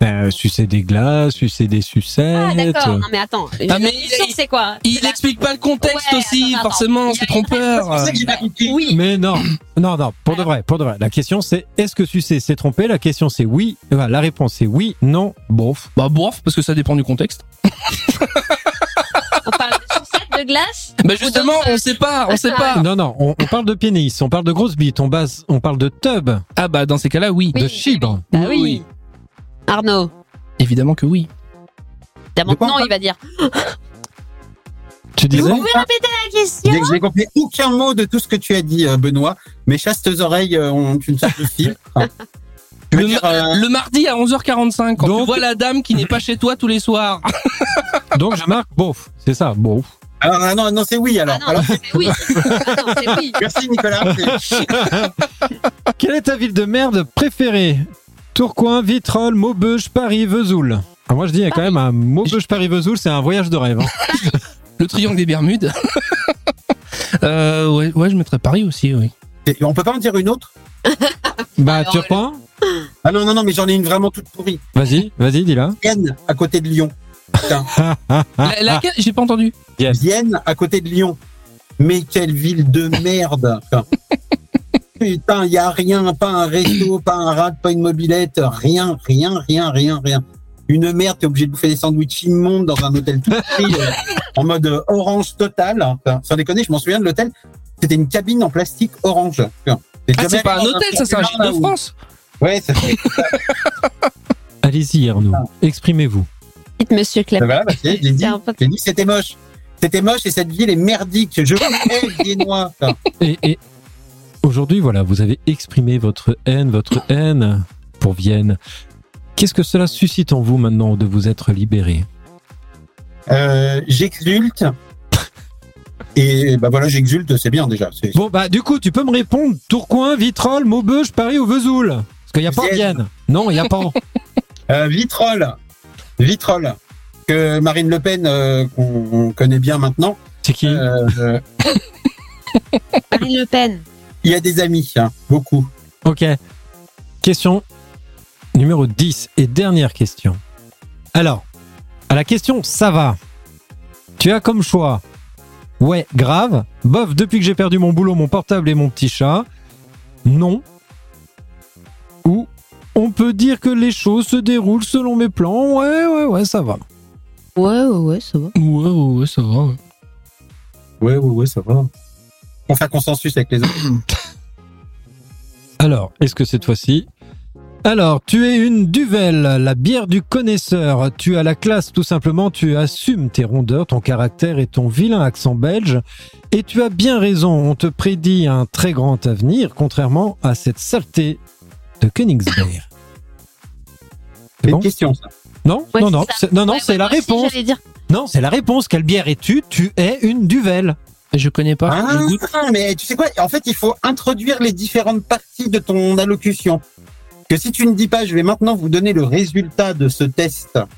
[SPEAKER 2] ben, Sucé des glaces, Sucé des sucettes.
[SPEAKER 8] Ah, d'accord. Non, mais attends.
[SPEAKER 4] Ah, mais
[SPEAKER 8] je
[SPEAKER 4] il-
[SPEAKER 8] suis sûr que c'est quoi
[SPEAKER 4] Il explique pas le contexte
[SPEAKER 8] Ouais,
[SPEAKER 4] aussi,
[SPEAKER 8] attends, attends.
[SPEAKER 4] forcément,
[SPEAKER 8] Il y a
[SPEAKER 4] c'est
[SPEAKER 8] une
[SPEAKER 4] trompeur.
[SPEAKER 1] C'est ça que j'ai pas compris.
[SPEAKER 8] Oui.
[SPEAKER 2] Mais non, non, non, pour de vrai, pour de vrai. La question c'est est-ce que Sucé s'est trompé La question c'est oui. Enfin, la réponse c'est oui, non, bof.
[SPEAKER 4] Bah bof, parce que ça dépend du contexte.
[SPEAKER 3] glace
[SPEAKER 4] Bah justement, on sait pas, on sait
[SPEAKER 8] Ah.
[SPEAKER 4] pas.
[SPEAKER 2] Non, non, on, on parle de pénis, on parle de grosse bite, on, base, on parle de tub,
[SPEAKER 4] Ah bah dans ces cas-là, oui.
[SPEAKER 2] de chibre.
[SPEAKER 8] Bah oui. Arnaud,
[SPEAKER 4] Évidemment que oui.
[SPEAKER 8] t'as
[SPEAKER 1] De quoi on
[SPEAKER 8] maintenant,
[SPEAKER 1] parle
[SPEAKER 8] il va dire.
[SPEAKER 2] Tu disais
[SPEAKER 1] Vous pouvez
[SPEAKER 3] répéter la question
[SPEAKER 1] Dès que j'ai compris aucun mot de tout ce que tu as dit, euh, Benoît, mes chastes oreilles euh, ont une sorte de fil. Enfin, je veux
[SPEAKER 4] Le,
[SPEAKER 1] dire,
[SPEAKER 4] ma-
[SPEAKER 1] euh,
[SPEAKER 4] le mardi à 11h45, quand tu
[SPEAKER 2] Donc-
[SPEAKER 4] vois la dame qui n'est pas chez toi tous les soirs.
[SPEAKER 2] Donc je marque bof, c'est ça, bof.
[SPEAKER 1] alors, ah non, non, c'est oui alors.
[SPEAKER 3] Ah non,
[SPEAKER 1] Alors,
[SPEAKER 3] c'est oui. Ah non, c'est oui.
[SPEAKER 1] merci Nicolas. C'est-
[SPEAKER 2] Quelle est ta ville de merde préférée Tourcoing, Vitrolles, Maubeuge, Paris, Vesoul. Ah, moi je dis, il y a quand même un Maubeuge, Paris, Vesoul, c'est un voyage de rêve. hein.
[SPEAKER 4] Le triangle des Bermudes. euh, ouais, ouais, je mettrais Paris aussi, oui.
[SPEAKER 1] c'est- On peut pas en dire une autre
[SPEAKER 2] bah,
[SPEAKER 3] Alors,
[SPEAKER 2] Turcoing
[SPEAKER 1] Ah non, non, non, mais j'en ai une vraiment toute pourrie.
[SPEAKER 2] Vas-y, vas-y, dis-la.
[SPEAKER 1] Vienne à côté de Lyon.
[SPEAKER 2] Ah, ah, ah.
[SPEAKER 4] La- laquelle J'ai pas entendu.
[SPEAKER 1] Vienne à côté de Lyon. Mais quelle ville de merde Enfin, Putain, il y a rien, pas un resto, pas un rad, pas une mobilette, rien, rien, rien, rien, rien. Une merde, t'es obligé de bouffer des sandwichs immondes dans un hôtel tout pris, euh, en mode euh, orange total. Enfin, sans déconner, je m'en souviens de l'hôtel, c'était une cabine en plastique orange. Enfin, t'es
[SPEAKER 4] Ah,
[SPEAKER 1] jamais
[SPEAKER 4] c'est pas un
[SPEAKER 1] allé dans
[SPEAKER 4] hôtel, ça, c'est un
[SPEAKER 1] truc
[SPEAKER 4] gîte
[SPEAKER 1] là
[SPEAKER 4] de
[SPEAKER 1] où-
[SPEAKER 4] France.
[SPEAKER 1] Ouais, ça fait.
[SPEAKER 2] Allez-y, Arnaud, exprimez-vous.
[SPEAKER 8] Dites Monsieur Clap.
[SPEAKER 1] Voilà, bah, c'est- j'ai dit,
[SPEAKER 8] C'est un pote.
[SPEAKER 1] j'ai dit que c'était moche. C'était moche et cette ville est merdique. Je hais les Viennois. Enfin,
[SPEAKER 2] Et, et aujourd'hui, voilà, vous avez exprimé votre haine, votre haine pour Vienne. Qu'est-ce que cela suscite en vous maintenant de vous être libéré
[SPEAKER 1] Euh, j'exulte. Et bah voilà, j'exulte, c'est bien déjà. C'est-
[SPEAKER 2] Bon, bah, du coup, tu peux me répondre Tourcoing, Vitrolles, Maubeuge, Paris ou Vesoul Parce qu'il n'y a pas en
[SPEAKER 1] Vienne.
[SPEAKER 2] Vienne. Non, il n'y a pas en.
[SPEAKER 1] Euh, Vitrolles, Vitrolles, que Marine Le Pen, euh, qu'on connaît bien maintenant,
[SPEAKER 2] C'est qui
[SPEAKER 1] euh, euh,
[SPEAKER 8] Marine Le Pen.
[SPEAKER 1] il y a des amis, hein, beaucoup.
[SPEAKER 2] Ok. Question numéro 10 et dernière question. Alors, à la question ça va. Tu as comme choix Ouais, grave. Bof, depuis que j'ai perdu mon boulot, mon portable et mon petit chat. Non. Ou on peut dire que les choses se déroulent selon mes plans. Ouais, ouais, ouais, ça va.
[SPEAKER 8] Ouais, ouais, ouais, ça va.
[SPEAKER 4] Ouais, ouais, ouais, ça va.
[SPEAKER 1] Ouais, ouais, ouais, ça va. On fait un consensus avec les autres.
[SPEAKER 2] Alors, est-ce que cette fois-ci Alors, tu es une Duvel, la bière du connaisseur. Tu as la classe, tout simplement. Tu assumes tes rondeurs, ton caractère et ton vilain accent belge. Et tu as bien raison. On te prédit un très grand avenir, contrairement à cette saleté de Königsberg.
[SPEAKER 1] C'est
[SPEAKER 2] C'est
[SPEAKER 1] une
[SPEAKER 2] bon
[SPEAKER 1] question, ça.
[SPEAKER 2] Non,
[SPEAKER 8] Ouais,
[SPEAKER 2] non,
[SPEAKER 8] c'est
[SPEAKER 2] non,
[SPEAKER 8] ça.
[SPEAKER 2] c'est- non, non,
[SPEAKER 8] Ouais,
[SPEAKER 2] c'est
[SPEAKER 8] ouais,
[SPEAKER 2] la
[SPEAKER 8] moi aussi,
[SPEAKER 2] réponse.
[SPEAKER 8] J'allais dire.
[SPEAKER 2] Non, c'est la réponse. Quelle bière es-tu Tu es une Duvel.
[SPEAKER 4] Je connais pas.
[SPEAKER 2] Hein
[SPEAKER 1] Ah,
[SPEAKER 4] je goûte.
[SPEAKER 1] mais tu sais quoi En fait, il faut introduire les différentes parties de ton allocution. Que si tu ne dis pas, je vais maintenant vous donner le résultat de ce test. Alors,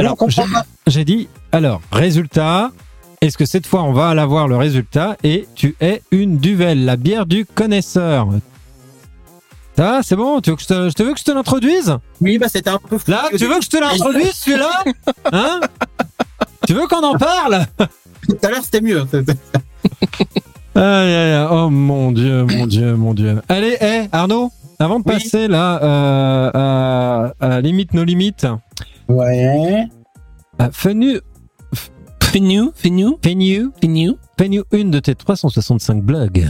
[SPEAKER 2] Alors,
[SPEAKER 1] on comprend
[SPEAKER 2] j'ai-
[SPEAKER 1] pas.
[SPEAKER 2] J'ai dit, alors, résultat. Est-ce que cette fois on va aller voir le résultat et tu es une duvel, la bière du connaisseur Ça, c'est bon Tu veux que je te, je te veux que je te l'introduise
[SPEAKER 1] Oui, bah c'était un peu fou.
[SPEAKER 2] Là, tu veux que je te l'introduise celui-là Hein Tu veux qu'on en parle
[SPEAKER 1] Tout à l'heure, c'était mieux.
[SPEAKER 2] Aïe, aïe, aïe. Oh mon dieu, mon dieu, mon dieu. Allez, hé, Arnaud, avant de
[SPEAKER 1] Oui.
[SPEAKER 2] passer là euh, à, à limite nos limites,
[SPEAKER 1] Ouais.
[SPEAKER 2] à Fenu,
[SPEAKER 4] Fais-nous, fais-nous,
[SPEAKER 2] Fenu,
[SPEAKER 4] fais-nous.
[SPEAKER 2] Fenu, une de tes 365 blagues.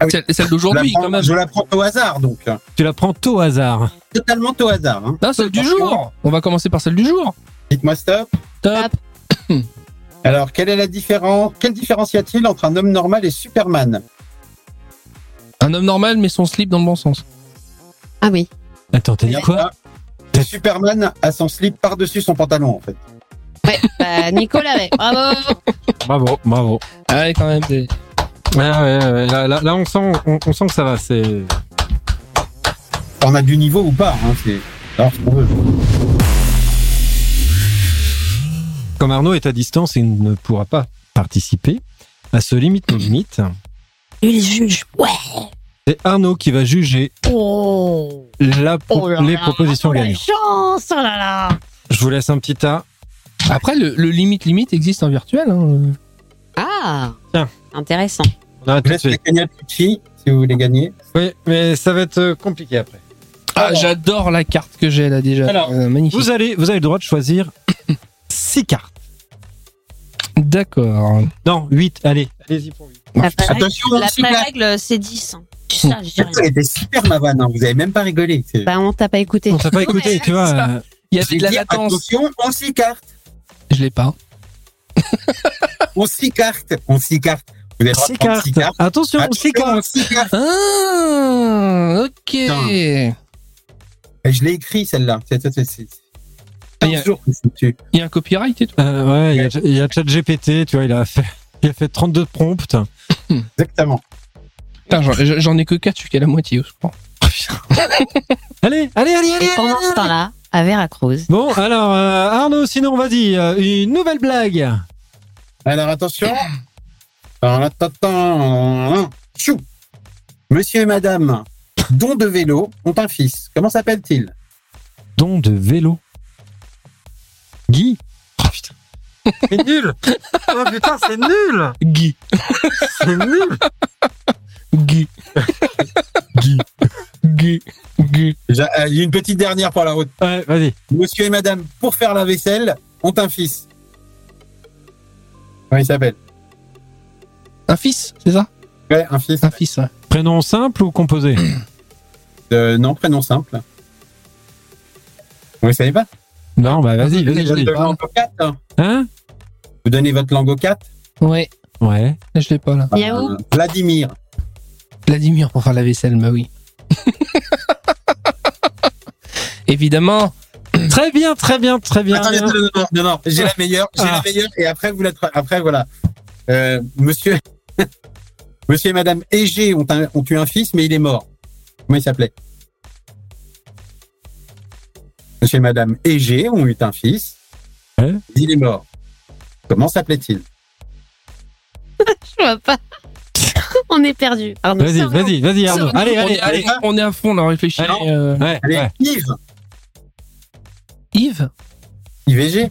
[SPEAKER 1] Ah oui.
[SPEAKER 4] Celle, celle
[SPEAKER 1] Je la
[SPEAKER 4] d'aujourd'hui,
[SPEAKER 1] prends-
[SPEAKER 4] quand même.
[SPEAKER 1] Je la prends au hasard, donc.
[SPEAKER 2] Tu la prends tôt au hasard.
[SPEAKER 1] Totalement au hasard. Hein.
[SPEAKER 4] Non, celle du jour. On va commencer par celle du jour.
[SPEAKER 1] Dites-moi stop.
[SPEAKER 4] Top.
[SPEAKER 1] Alors, quelle est la différence Quelle différence y a-t-il entre un homme normal et Superman
[SPEAKER 4] Un homme normal met son slip dans le bon sens.
[SPEAKER 8] Ah oui.
[SPEAKER 2] Attends, t'as dit quoi
[SPEAKER 1] Ah, Superman a son slip par-dessus son pantalon, en fait.
[SPEAKER 8] Ouais, bah, Nicolas, ouais. Bravo.
[SPEAKER 2] Bravo, bravo.
[SPEAKER 4] Ah ouais, quand même. c'est-
[SPEAKER 2] Ah Là, là- là, on, sent, on, on sent que ça va. C'est
[SPEAKER 1] On a du niveau ou pas hein, C'est alors ce qu'on veut.
[SPEAKER 2] Comme Arnaud est à distance, il ne pourra pas participer à ce limite nos limites.
[SPEAKER 8] Il juge. Ouais.
[SPEAKER 2] C'est Arnaud qui va juger
[SPEAKER 8] Oh.
[SPEAKER 2] la pro-
[SPEAKER 8] Oh là
[SPEAKER 2] les
[SPEAKER 8] là.
[SPEAKER 2] propositions
[SPEAKER 8] La
[SPEAKER 2] gagnantes.
[SPEAKER 8] chance, oh là là.
[SPEAKER 2] Je vous laisse un petit tas.
[SPEAKER 4] Après, le le limite-limite existe en virtuel. hein.
[SPEAKER 8] Ah.
[SPEAKER 2] Tiens.
[SPEAKER 8] Intéressant.
[SPEAKER 2] On arrête
[SPEAKER 1] Je
[SPEAKER 2] tout de
[SPEAKER 1] laisse la
[SPEAKER 2] suite.
[SPEAKER 1] cagnotte Litchi, si vous voulez gagner.
[SPEAKER 2] Oui, mais ça va être euh, compliqué après.
[SPEAKER 4] Ah,
[SPEAKER 1] Alors.
[SPEAKER 4] j'adore la carte que j'ai là déjà.
[SPEAKER 1] Alors.
[SPEAKER 4] Euh, magnifique.
[SPEAKER 2] Vous allez, vous avez le droit de choisir six cartes.
[SPEAKER 4] D'accord.
[SPEAKER 2] Non, 8, allez, allez-y pour 8.
[SPEAKER 8] La vraie règle-
[SPEAKER 1] Attention,
[SPEAKER 8] la
[SPEAKER 1] super.
[SPEAKER 8] vraie règle, c'est 10. hein. Tu sais, je dis rien.
[SPEAKER 1] Elle était super ma vanne, hein, vous avez même pas rigolé. C'est-
[SPEAKER 8] Bah, on t'a pas écouté.
[SPEAKER 4] Mmh.
[SPEAKER 2] On t'a pas écouté, tu vois. euh,
[SPEAKER 4] Il y
[SPEAKER 1] J'ai
[SPEAKER 4] avait de la
[SPEAKER 1] dit,
[SPEAKER 4] latence.
[SPEAKER 1] Attention, on s'écarte,
[SPEAKER 4] Je l'ai pas.
[SPEAKER 1] on s'écarte, on s'écarte. Vous avez le droit de prendre
[SPEAKER 2] s'écarte.
[SPEAKER 1] s'écarte.
[SPEAKER 2] Attention, on
[SPEAKER 1] Attention, on
[SPEAKER 2] s'écarte.
[SPEAKER 1] s'écarte.
[SPEAKER 4] Ah, ok.
[SPEAKER 1] Putain. Et Je l'ai écrit celle-là. C'est- c'est- c'est- c'est-
[SPEAKER 4] Ah, il y a-
[SPEAKER 1] 15 jours que je suis dessus.
[SPEAKER 4] Il y a un copyright et tout.
[SPEAKER 2] Euh, ouais, il y a- il y a, ChatGPT, tu vois, il a fait, il a fait 32 prompts.
[SPEAKER 1] Exactement.
[SPEAKER 4] Putain, j'en- j'en ai que 4, je suis qu'à la moitié, je crois.
[SPEAKER 2] Allez, allez, allez, allez.
[SPEAKER 8] Et pendant ce temps-là, à Veracruz.
[SPEAKER 2] Bon, alors, euh, Arnaud, sinon, on va dire euh, une nouvelle blague.
[SPEAKER 1] Alors attention. Alors, attends. hein. Chou. Monsieur et madame, don de vélo, ont un fils. Comment s'appelle-t-il
[SPEAKER 2] Don de vélo. Guy Oh putain. C'est nul Oh putain, c'est nul
[SPEAKER 4] Guy.
[SPEAKER 2] C'est nul
[SPEAKER 4] Guy.
[SPEAKER 2] Guy.
[SPEAKER 4] Guy. Guy.
[SPEAKER 1] J'ai euh, une petite dernière pour la route.
[SPEAKER 2] Ouais, vas-y.
[SPEAKER 1] Monsieur et madame, pour faire la vaisselle, ont un fils. Comment il s'appelle
[SPEAKER 4] Un fils, c'est ça
[SPEAKER 1] Ouais, un fils.
[SPEAKER 4] Un fils, ouais.
[SPEAKER 2] Prénom simple ou composé
[SPEAKER 1] Euh, non, prénom simple. Vous ne savez pas
[SPEAKER 2] Non, bah vas-y, vas-y,
[SPEAKER 1] Vous donnez
[SPEAKER 2] vas-y.
[SPEAKER 1] votre langue aux quatre, hein.
[SPEAKER 2] Hein
[SPEAKER 1] Vous donnez votre langue aux quatre
[SPEAKER 4] Ouais.
[SPEAKER 2] Ouais.
[SPEAKER 4] Là, je l'ai pas,
[SPEAKER 2] Ah.
[SPEAKER 4] là.
[SPEAKER 8] Miaou.
[SPEAKER 1] Euh, Vladimir.
[SPEAKER 4] Vladimir pour faire la vaisselle, bah oui. Évidemment.
[SPEAKER 2] Très bien, très bien, très bien.
[SPEAKER 1] Attendez, attendez, non, non, non, non, j'ai la meilleure, j'ai
[SPEAKER 2] Ah.
[SPEAKER 1] la meilleure, et après, vous la tra- après voilà. Euh, monsieur... monsieur et madame Égée ont, un- ont eu un fils, mais il est mort. Comment il s'appelait Monsieur et madame Égée ont eu un fils,
[SPEAKER 2] Ouais.
[SPEAKER 1] il est mort. Comment s'appelait-il
[SPEAKER 8] Je vois pas. on est perdu. Arnaud,
[SPEAKER 2] Vas-y,
[SPEAKER 8] sors-nous.
[SPEAKER 2] vas-y, vas-y, Arnaud. Allez,
[SPEAKER 4] on
[SPEAKER 2] allez,
[SPEAKER 4] est,
[SPEAKER 2] allez.
[SPEAKER 4] on est à fond, là, on réfléchit.
[SPEAKER 2] Allez.
[SPEAKER 4] Euh,
[SPEAKER 2] Ouais,
[SPEAKER 1] Allez,
[SPEAKER 2] ouais.
[SPEAKER 1] Yves
[SPEAKER 4] Yves
[SPEAKER 1] Yves Égée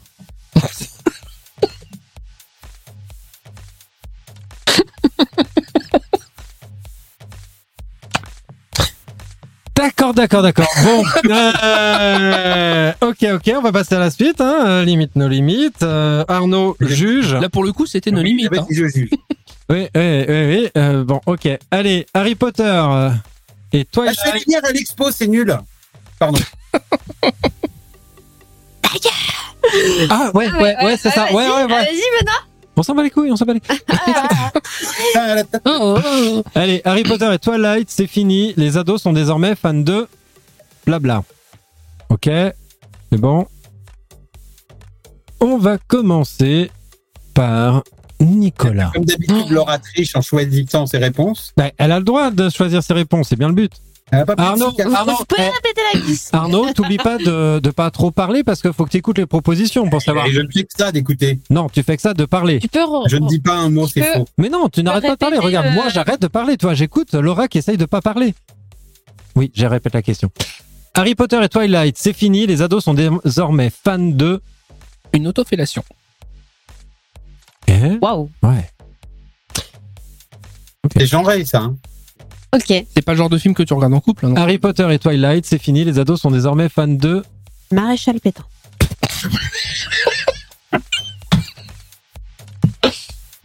[SPEAKER 2] D'accord, d'accord, d'accord. Bon. Euh, ok, ok, on va passer à la suite. Hein. Euh, Limite, nos limites. Euh, Arnaud juge.
[SPEAKER 4] Là, pour le coup, c'était nos
[SPEAKER 1] Oui,
[SPEAKER 4] limites.
[SPEAKER 1] j'avais
[SPEAKER 4] hein.
[SPEAKER 1] dit je juge.
[SPEAKER 2] Oui, oui, oui. oui. Euh, bon, ok. Allez, Harry Potter. euh, et toi,
[SPEAKER 1] Ah, je fais lumière à l'expo, c'est nul. Pardon.
[SPEAKER 2] Ah, ouais, ouais, ouais, c'est ça.
[SPEAKER 8] Ah,
[SPEAKER 2] Ouais, ouais, ouais.
[SPEAKER 8] vas-y, ah, Vas-y, maintenant.
[SPEAKER 2] On s'en bat les couilles, on s'en bat les couilles.
[SPEAKER 1] Ah, la tête.
[SPEAKER 2] Allez, Harry Potter et Twilight, c'est fini. Les ados sont désormais fans de blabla. Ok, c'est bon. On va commencer par Nicolas.
[SPEAKER 1] Comme d'habitude, Laura triche en choisissant ses réponses.
[SPEAKER 2] Bah, elle a le droit de choisir ses réponses, c'est bien le but.
[SPEAKER 1] Elle a pas pris de
[SPEAKER 2] Arnaud,
[SPEAKER 1] cigarette.
[SPEAKER 2] Arnaud,
[SPEAKER 8] Vous pouvez
[SPEAKER 2] eh,
[SPEAKER 8] répéter la glisse.
[SPEAKER 2] Arnaud, t'oublie pas de, de pas trop parler parce qu'il faut que t'écoutes les propositions pour savoir.
[SPEAKER 1] Et je ne fais que ça d'écouter.
[SPEAKER 2] Non, tu fais que ça de parler.
[SPEAKER 9] Tu peux. re-
[SPEAKER 1] Je ne dis pas un mot,
[SPEAKER 9] Tu
[SPEAKER 1] c'est
[SPEAKER 9] peux-
[SPEAKER 1] faux.
[SPEAKER 2] Mais non, tu n'arrêtes pas de parler.
[SPEAKER 9] répéter
[SPEAKER 2] Regarde,
[SPEAKER 9] le-
[SPEAKER 2] moi j'arrête de parler. Toi, j'écoute Laura qui essaye de pas parler. Oui, je répète la question. Harry Potter et Twilight, c'est fini. Les ados sont désormais fans de.
[SPEAKER 4] Une autofellation.
[SPEAKER 2] Hein
[SPEAKER 8] Waouh.
[SPEAKER 2] ouais.
[SPEAKER 1] C'est genré, ça. hein.
[SPEAKER 8] Ok.
[SPEAKER 4] C'est pas le genre de film que tu regardes en couple. hein, non
[SPEAKER 2] Harry Potter et Twilight, c'est fini. Les ados sont désormais fans de.
[SPEAKER 8] Maréchal Pétain.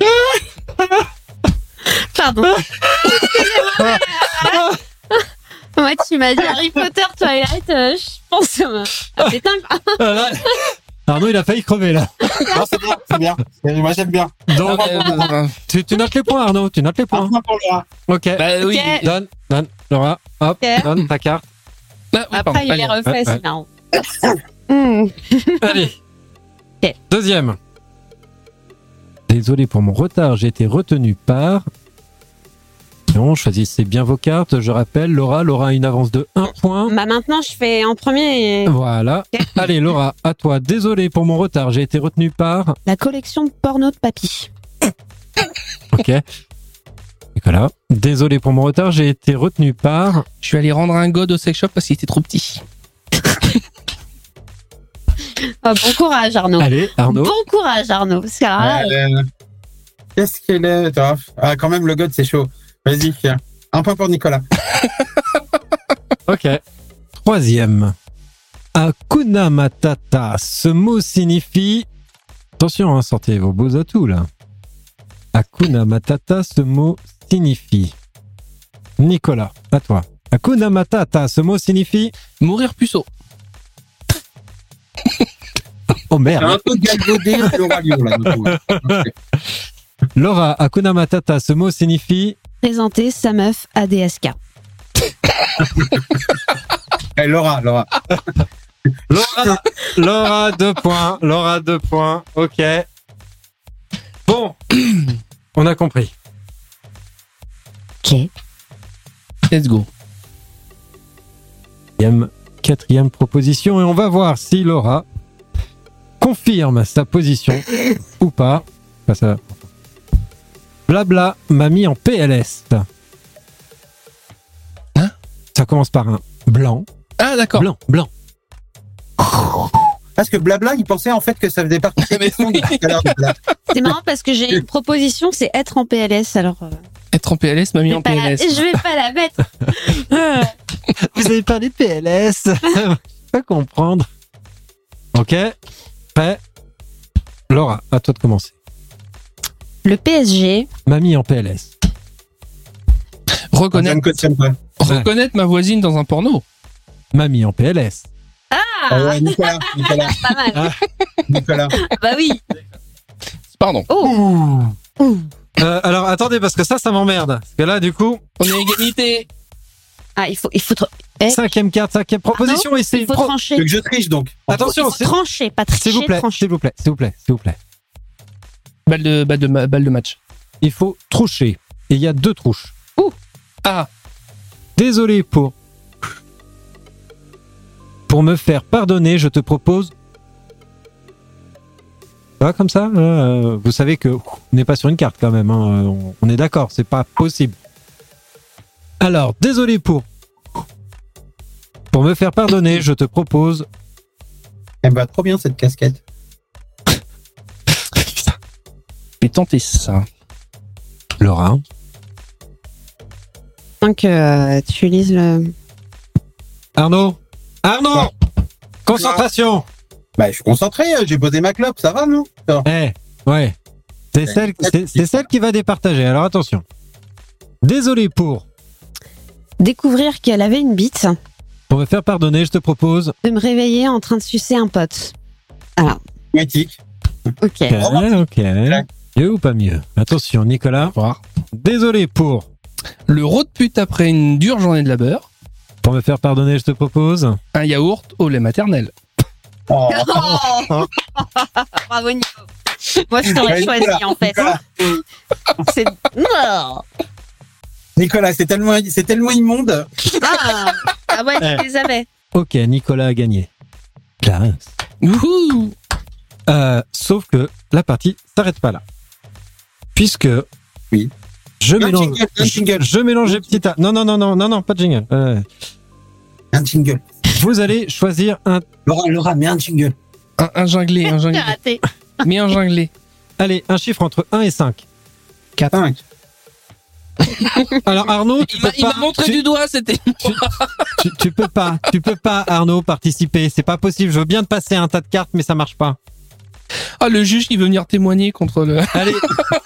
[SPEAKER 8] Pardon. Moi, tu m'as dit Harry Potter, Twilight, euh, je pense euh, à Pétain.
[SPEAKER 2] Arnaud, il a failli crever là.
[SPEAKER 1] Non, c'est bien, c'est bien. C'est- Moi, j'aime bien.
[SPEAKER 2] Donc,
[SPEAKER 4] Euh,
[SPEAKER 2] tu, tu notes les points, Arnaud. Tu notes les
[SPEAKER 1] Un
[SPEAKER 2] points.
[SPEAKER 1] point pour Laura.
[SPEAKER 2] Ok.
[SPEAKER 4] bah oui.
[SPEAKER 8] Ok.
[SPEAKER 2] Donne, donne, Laura. Hop,
[SPEAKER 8] Ok.
[SPEAKER 2] donne ta carte.
[SPEAKER 4] Bah, oui, pardon.
[SPEAKER 8] Après, il
[SPEAKER 4] Allez.
[SPEAKER 8] les refait,
[SPEAKER 2] ouais.
[SPEAKER 8] c'est marrant. Hmm.
[SPEAKER 2] Allez.
[SPEAKER 8] Ok.
[SPEAKER 2] Deuxième. Désolé pour mon retard, j'ai été retenu par. Non, choisissez bien vos cartes. Je rappelle, Laura, Laura a une avance de 1 point.
[SPEAKER 8] Bah, maintenant, je fais en premier euh,
[SPEAKER 2] Voilà.
[SPEAKER 8] Ok.
[SPEAKER 2] Allez, Laura, à toi. Désolé pour mon retard, j'ai été retenu par.
[SPEAKER 8] la collection de porno de papy.
[SPEAKER 2] Ok. Nicolas. Désolé pour mon retard, j'ai été retenu par.
[SPEAKER 4] Je suis allé rendre un god au sex shop parce qu'il était trop petit.
[SPEAKER 8] Ah, bon courage, Arnaud.
[SPEAKER 2] Allez, Arnaud.
[SPEAKER 8] Bon courage, Arnaud. Parce que alors là,
[SPEAKER 1] Euh, Qu'est-ce qu'elle est toi Ah, quand même, le god, c'est chaud. Vas-y, tiens. Un point pour Nicolas.
[SPEAKER 2] Ok. Troisième. Hakuna Matata. Ce mot signifie Attention, hein, sortez vos beaux atouts là. Akuna Matata, ce mot signifie. Nicolas, à toi. Akuna Matata, ce mot signifie.
[SPEAKER 4] Mourir puceau.
[SPEAKER 2] Oh merde.
[SPEAKER 1] un peu galvaudé le roi lion, là, du coup.
[SPEAKER 2] Laura, Akuna Matata, ce mot signifie.
[SPEAKER 8] Présenter sa meuf à DSK.
[SPEAKER 1] Eh, Laura, Laura.
[SPEAKER 2] Laura, Laura, deux points. Laura, deux points. Ok. Bon. On a compris.
[SPEAKER 8] Ok.
[SPEAKER 4] Let's go.
[SPEAKER 2] Quatrième, quatrième proposition et on va voir si Laura confirme sa position ou pas. Enfin, ça- Blabla m'a mis en PLS.
[SPEAKER 4] Hein
[SPEAKER 2] Ça commence par un blanc,
[SPEAKER 4] Ah, d'accord.
[SPEAKER 2] blanc, blanc.
[SPEAKER 1] Parce que blabla, il pensait en fait que ça faisait partie des
[SPEAKER 4] Mais
[SPEAKER 1] questions de
[SPEAKER 4] oui.
[SPEAKER 1] tout à l'heure, blabla.
[SPEAKER 8] C'est marrant parce que j'ai une proposition, c'est être en PLS. Alors, euh,
[SPEAKER 4] Être en PLS m'a
[SPEAKER 8] je
[SPEAKER 4] mis
[SPEAKER 8] vais
[SPEAKER 4] en
[SPEAKER 8] pas la-
[SPEAKER 4] PLS.
[SPEAKER 8] je vais pas la mettre. Euh,
[SPEAKER 2] Vous avez parlé de PLS. Je peux pas comprendre. Ok. Prêt. Laura, à toi de commencer.
[SPEAKER 8] le PSG,
[SPEAKER 2] M'a mis en PLS.
[SPEAKER 1] Ça
[SPEAKER 4] Reconnaître,
[SPEAKER 1] me questionne pas.
[SPEAKER 4] reconnaître ma voisine dans un porno.
[SPEAKER 2] M'a mis en PLS.
[SPEAKER 1] Ah ouais, Nicolas, Nicolas, Ah,
[SPEAKER 8] pas mal.
[SPEAKER 1] Nicolas.
[SPEAKER 8] Bah oui.
[SPEAKER 4] Pardon.
[SPEAKER 8] Oh. Ouh.
[SPEAKER 2] Euh, alors attendez parce que ça, ça m'emmerde. Parce que là, du coup,
[SPEAKER 4] On est à égalité.
[SPEAKER 8] Ah, il faut, il faut, tr- Eh
[SPEAKER 2] cinquième carte, cinquième proposition et c'est
[SPEAKER 8] il faut
[SPEAKER 1] Tu
[SPEAKER 2] pro-
[SPEAKER 1] veux
[SPEAKER 8] trancher.
[SPEAKER 1] que je triche donc.
[SPEAKER 2] attention,
[SPEAKER 8] Il faut
[SPEAKER 2] c'est-
[SPEAKER 8] trancher, pas tricher,
[SPEAKER 2] s'il vous plaît,
[SPEAKER 8] trancher.
[SPEAKER 2] s'il vous plaît, s'il vous plaît, s'il vous plaît.
[SPEAKER 4] Balle de, balle de, ma- balle de match.
[SPEAKER 2] Il faut troucher et il y a deux trouches.
[SPEAKER 4] Ah,
[SPEAKER 2] Désolé pour pour me faire pardonner, je te propose. Ça va comme ça Euh, Vous savez que ouf, on n'est pas sur une carte quand même. hein, euh, On, on est d'accord, c'est pas possible. Alors, désolé pour pour me faire pardonner, je te propose
[SPEAKER 1] Elle me va trop bien cette casquette.
[SPEAKER 4] mais tentez ça.
[SPEAKER 2] Laura. hein.
[SPEAKER 8] Tant que euh, tu lises le.
[SPEAKER 2] Arnaud Arnaud Concentration
[SPEAKER 1] Bah, je suis concentré, euh, j'ai posé ma clope, ça va, non Alors,
[SPEAKER 2] Eh, ouais. C'est
[SPEAKER 1] Ouais.
[SPEAKER 2] celle, c'est- c'est celle qui va départager, alors attention. Désolé pour.
[SPEAKER 8] Découvrir qu'elle avait une bite,
[SPEAKER 2] Pour me faire pardonner, je te propose.
[SPEAKER 8] de me réveiller en train de sucer un pote.
[SPEAKER 1] Éthique.
[SPEAKER 8] Ok.
[SPEAKER 1] Eh,
[SPEAKER 2] Ok, ok. Mieux ou pas mieux Attention, Nicolas.
[SPEAKER 4] Voir.
[SPEAKER 2] Désolé pour.
[SPEAKER 4] Le road pute après une dure journée de labeur.
[SPEAKER 2] Pour me faire pardonner, je te propose.
[SPEAKER 4] Un yaourt au lait maternel.
[SPEAKER 1] Oh.
[SPEAKER 8] Oh Bravo Nico. Moi je
[SPEAKER 1] Bah,
[SPEAKER 8] t'aurais choisi
[SPEAKER 1] Nicolas,
[SPEAKER 8] en fait.
[SPEAKER 1] Nicolas,
[SPEAKER 8] C'est non.
[SPEAKER 1] Nicolas, c'est tellement, c'est tellement immonde.
[SPEAKER 8] Ah, ah ouais, je les avais.
[SPEAKER 2] Ok, Nicolas a gagné. Clarence.
[SPEAKER 4] Wouhou
[SPEAKER 2] Euh, sauf que la partie s'arrête pas là. Puisque.
[SPEAKER 1] Oui.
[SPEAKER 2] Je
[SPEAKER 1] Un
[SPEAKER 2] mélange.
[SPEAKER 1] jingle, un jingle.
[SPEAKER 2] Je mélange les petits tas. Non, non, non, non, non, non, pas de jingle. Euh,
[SPEAKER 1] Un jingle.
[SPEAKER 2] vous allez choisir un.
[SPEAKER 1] Laura, Laura, mets un jingle.
[SPEAKER 4] un, un junglé, un
[SPEAKER 8] J'ai
[SPEAKER 4] junglé.
[SPEAKER 8] raté.
[SPEAKER 4] Mais un junglé.
[SPEAKER 2] Allez, un chiffre entre 1 et 5.
[SPEAKER 1] 5.
[SPEAKER 2] Alors Arnaud, tu
[SPEAKER 4] Il
[SPEAKER 2] peux
[SPEAKER 4] m'a- il m'a
[SPEAKER 2] pas.
[SPEAKER 4] montré
[SPEAKER 2] tu-
[SPEAKER 4] du doigt, c'était.
[SPEAKER 2] tu, tu peux pas, tu peux pas, Arnaud, participer. C'est pas possible. Je veux bien te passer un tas de cartes, mais ça marche pas.
[SPEAKER 4] Ah, le juge qui veut venir témoigner contre le.
[SPEAKER 2] Allez,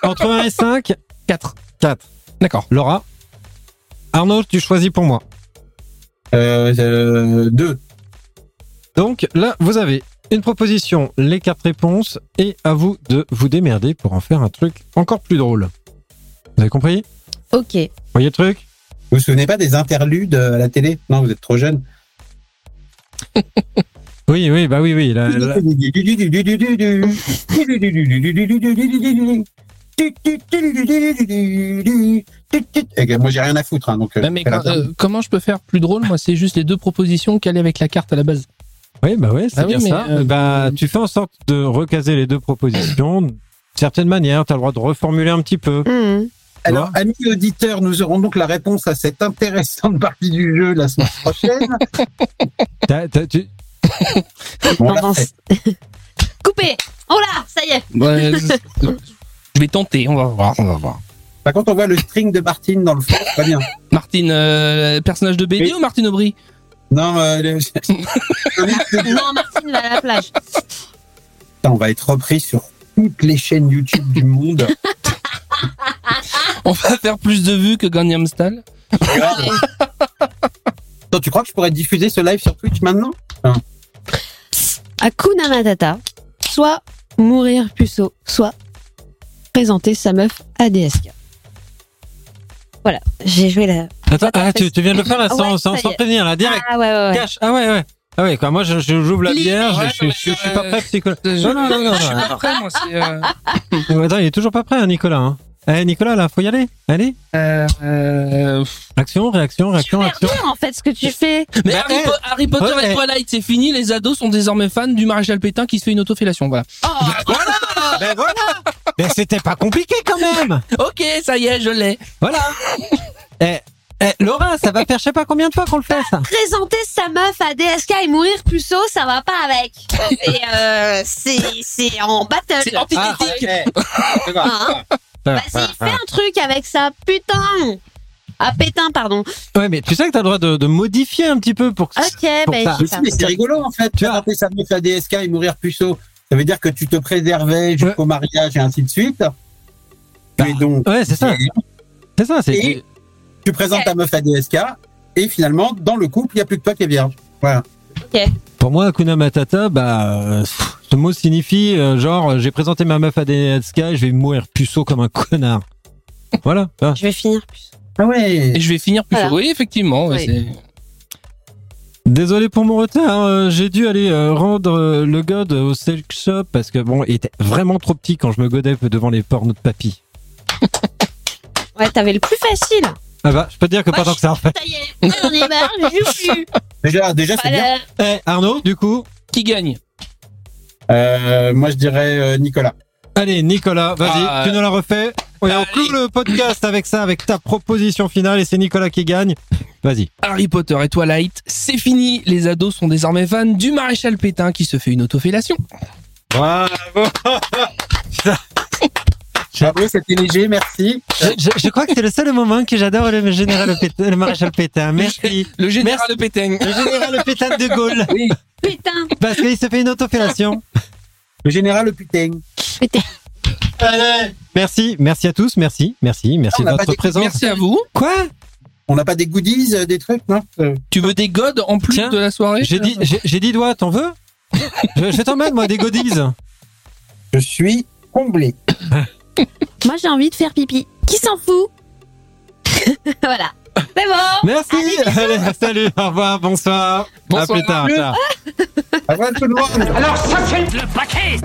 [SPEAKER 2] entre 1 et 5,
[SPEAKER 4] 4.
[SPEAKER 2] 4.
[SPEAKER 4] D'accord.
[SPEAKER 2] Laura. Arnaud, tu choisis pour moi.
[SPEAKER 1] Euh, euh, deux.
[SPEAKER 2] Donc là, vous avez une proposition, les cartes réponses, et à vous de vous démerder pour en faire un truc encore plus drôle. Vous avez compris
[SPEAKER 8] Ok.
[SPEAKER 2] Vous voyez le truc
[SPEAKER 1] Vous vous souvenez pas des interludes à la télé Non, vous êtes trop jeune.
[SPEAKER 2] Oui, oui, bah oui, oui. là- là-
[SPEAKER 1] Et Moi, j'ai rien à foutre, hein, donc. euh,
[SPEAKER 4] Bah, mais
[SPEAKER 1] fais la
[SPEAKER 4] quand- euh, comment je peux faire plus drôle Moi, c'est juste les deux propositions qu'elle est avec la carte à la base.
[SPEAKER 2] Oui, bah ouais, c'est
[SPEAKER 4] Ah oui,
[SPEAKER 2] bien
[SPEAKER 4] mais,
[SPEAKER 2] ça.
[SPEAKER 4] euh,
[SPEAKER 2] bah, tu fais en sorte de recaser les deux propositions. D'une certaine manière, tu as le droit de reformuler un petit peu.
[SPEAKER 8] Hmm.
[SPEAKER 1] Alors, amis auditeurs, nous aurons donc la réponse à cette intéressante partie du jeu la semaine prochaine.
[SPEAKER 2] T'as- t'as- tu-
[SPEAKER 1] Bon, là,
[SPEAKER 8] Avance.
[SPEAKER 1] c'est-
[SPEAKER 8] Coupé. Oh là, ça y est.
[SPEAKER 4] Ouais, je je vais tenter, on va voir, on va voir.
[SPEAKER 1] Par contre, Bah, on voit le string de Martine dans le fond, c'est pas bien.
[SPEAKER 4] Martine, euh, personnage de BD
[SPEAKER 1] Oui.
[SPEAKER 4] ou Martine Aubry
[SPEAKER 1] Non, euh, le-
[SPEAKER 8] Non, Martine va à la plage.
[SPEAKER 1] Putain, on va être repris sur toutes les chaînes YouTube du monde.
[SPEAKER 4] On va faire plus de vues que Gangnam Style.
[SPEAKER 1] Donc, tu crois que je pourrais diffuser ce live sur Twitch maintenant
[SPEAKER 8] Hakuna Matata, soit mourir puceau, soit présenter sa meuf à DSK. Voilà, j'ai joué la.
[SPEAKER 2] Attends,
[SPEAKER 8] Attends,
[SPEAKER 2] ah, tu, tu viens de le faire là
[SPEAKER 8] Ah
[SPEAKER 2] sans,
[SPEAKER 8] ouais,
[SPEAKER 2] sans,
[SPEAKER 8] ça y
[SPEAKER 2] sans
[SPEAKER 8] est.
[SPEAKER 2] prévenir là, direct.
[SPEAKER 8] Ah ouais, ouais, ouais.
[SPEAKER 2] Cache. Ah ouais, ouais. Ah ouais, quoi. Moi, je, je j'ouvre la
[SPEAKER 4] Libre.
[SPEAKER 2] bière, je,
[SPEAKER 4] Ouais,
[SPEAKER 2] je-
[SPEAKER 4] non,
[SPEAKER 2] je-
[SPEAKER 4] mais,
[SPEAKER 2] je suis pas
[SPEAKER 4] euh,
[SPEAKER 2] prêt, Nicolas.
[SPEAKER 4] je-
[SPEAKER 2] Non, non, non, non.
[SPEAKER 4] Je suis
[SPEAKER 2] non.
[SPEAKER 4] pas prêt, moi. c'est, euh,
[SPEAKER 2] Euh, Attends, il est toujours pas prêt, hein, Nicolas. hein. Eh, Nicolas, là, faut y aller. Allez.
[SPEAKER 4] euh, euh,
[SPEAKER 2] Action, réaction, réaction,
[SPEAKER 8] Merde,
[SPEAKER 2] action.
[SPEAKER 8] en fait, ce que tu fais.
[SPEAKER 4] Mais
[SPEAKER 2] Bah,
[SPEAKER 4] Harry,
[SPEAKER 2] eh,
[SPEAKER 4] Po- Harry Potter
[SPEAKER 2] ouais, eh.
[SPEAKER 4] et Twilight, c'est fini. Les ados sont désormais fans du maréchal Pétain qui se fait une autofellation. Voilà.
[SPEAKER 8] Oh,
[SPEAKER 2] Ben voilà. Mais c'était pas compliqué quand même.
[SPEAKER 4] Ok, ça y est, je l'ai.
[SPEAKER 2] Voilà. Eh, eh, Laura, ça va faire je sais pas combien de fois qu'on le fait ça.
[SPEAKER 8] Présenter sa meuf à DSK et mourir puceau, ça va pas avec. Et, euh, c'est c'est en battle.
[SPEAKER 4] C'est
[SPEAKER 1] Ah,
[SPEAKER 4] antithétique.
[SPEAKER 8] Hein Vas-y, fais un truc avec ça, putain Ah, pétain, pardon.
[SPEAKER 2] Ouais, mais tu sais que t'as le droit de, de modifier un petit peu pour que.
[SPEAKER 8] Ok,
[SPEAKER 2] Pour
[SPEAKER 8] ben,
[SPEAKER 2] ça.
[SPEAKER 8] j'y
[SPEAKER 1] Mais si, mais
[SPEAKER 8] vais.
[SPEAKER 1] c'est rigolo en fait. Tu as appelé ça meuf à DSK et mourir puceau. Ça veut dire que tu te préservais jusqu'au mariage et ainsi de suite. Tu es donc.
[SPEAKER 2] Ouais, c'est ça. C'est ça. C'est.
[SPEAKER 1] Et- Tu présentes ta meuf à DSK et finalement, dans le couple, il n'y a plus que toi qui es vierge. Voilà.
[SPEAKER 2] Pour moi, Hakuna Matata, bah, euh, pff, ce mot signifie euh, genre, euh, j'ai présenté ma meuf à des Sky, je vais mourir puceau comme un connard. Voilà. Ah.
[SPEAKER 8] Je vais finir puceau.
[SPEAKER 1] Ah ouais.
[SPEAKER 4] Et je vais finir plus.
[SPEAKER 8] Voilà.
[SPEAKER 4] Oui, effectivement. ouais,
[SPEAKER 8] Oui.
[SPEAKER 4] c'est-
[SPEAKER 2] Désolé pour mon retard, euh, j'ai dû aller euh, rendre euh, le god au sex shop parce que bon, il était vraiment trop petit quand je me godais devant les pornos de papy.
[SPEAKER 8] Ouais, t'avais le plus facile.
[SPEAKER 2] Ah bah, je peux te dire que
[SPEAKER 8] Moi,
[SPEAKER 2] pas tant
[SPEAKER 8] je-
[SPEAKER 2] que ça en fait.
[SPEAKER 8] Ça y est, j'en ai marre, j'ai plus.
[SPEAKER 1] Déjà, déjà c'est bien.
[SPEAKER 8] Voilà.
[SPEAKER 2] Eh, Arnaud, du coup,
[SPEAKER 4] Qui gagne
[SPEAKER 1] Euh, moi, je dirais euh, Nicolas.
[SPEAKER 2] allez, Nicolas, vas-y,
[SPEAKER 4] Ah,
[SPEAKER 2] tu nous la refais. Ouais, on
[SPEAKER 4] allez.
[SPEAKER 2] clôt le podcast avec ça, avec ta proposition finale et c'est Nicolas qui gagne. Vas-y.
[SPEAKER 4] Harry Potter et Twilight, c'est fini. Les ados sont désormais fans du maréchal Pétain qui se fait une autofellation.
[SPEAKER 1] Bravo, c'était léger, merci.
[SPEAKER 2] Je, je- je crois que c'est le seul moment que j'adore le général Pétain, le maréchal Pétain. Merci.
[SPEAKER 4] Le général Pétain.
[SPEAKER 2] Le général Pétain de Gaulle.
[SPEAKER 8] Putain,
[SPEAKER 2] Parce qu'il se fait une autofellation.
[SPEAKER 1] Le général, le putain.
[SPEAKER 2] Merci, merci à tous, merci, merci, merci
[SPEAKER 1] On
[SPEAKER 2] de
[SPEAKER 1] n'a pas
[SPEAKER 2] votre
[SPEAKER 1] dit-
[SPEAKER 2] présence.
[SPEAKER 4] Merci à vous.
[SPEAKER 2] Quoi
[SPEAKER 1] On n'a pas des goodies, euh, des trucs, non Euh,
[SPEAKER 4] Tu veux des godes en plus
[SPEAKER 2] Tiens,
[SPEAKER 4] de la soirée
[SPEAKER 2] J'ai dit, j'ai j'ai dit doigt, t'en veux Je, je t'emmène moi des godis.
[SPEAKER 1] Je suis comblé.
[SPEAKER 8] moi j'ai envie de faire pipi. Qui s'en fout Voilà. C'est bon
[SPEAKER 2] Merci. Allez, salut, au revoir, bonsoir.
[SPEAKER 4] Bonsoir.
[SPEAKER 2] à plus tard.
[SPEAKER 4] Salut.
[SPEAKER 2] ciao.
[SPEAKER 1] Au revoir tout le monde.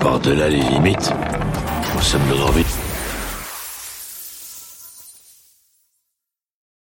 [SPEAKER 7] Bordel à les limites. Nous sommes de grand vite.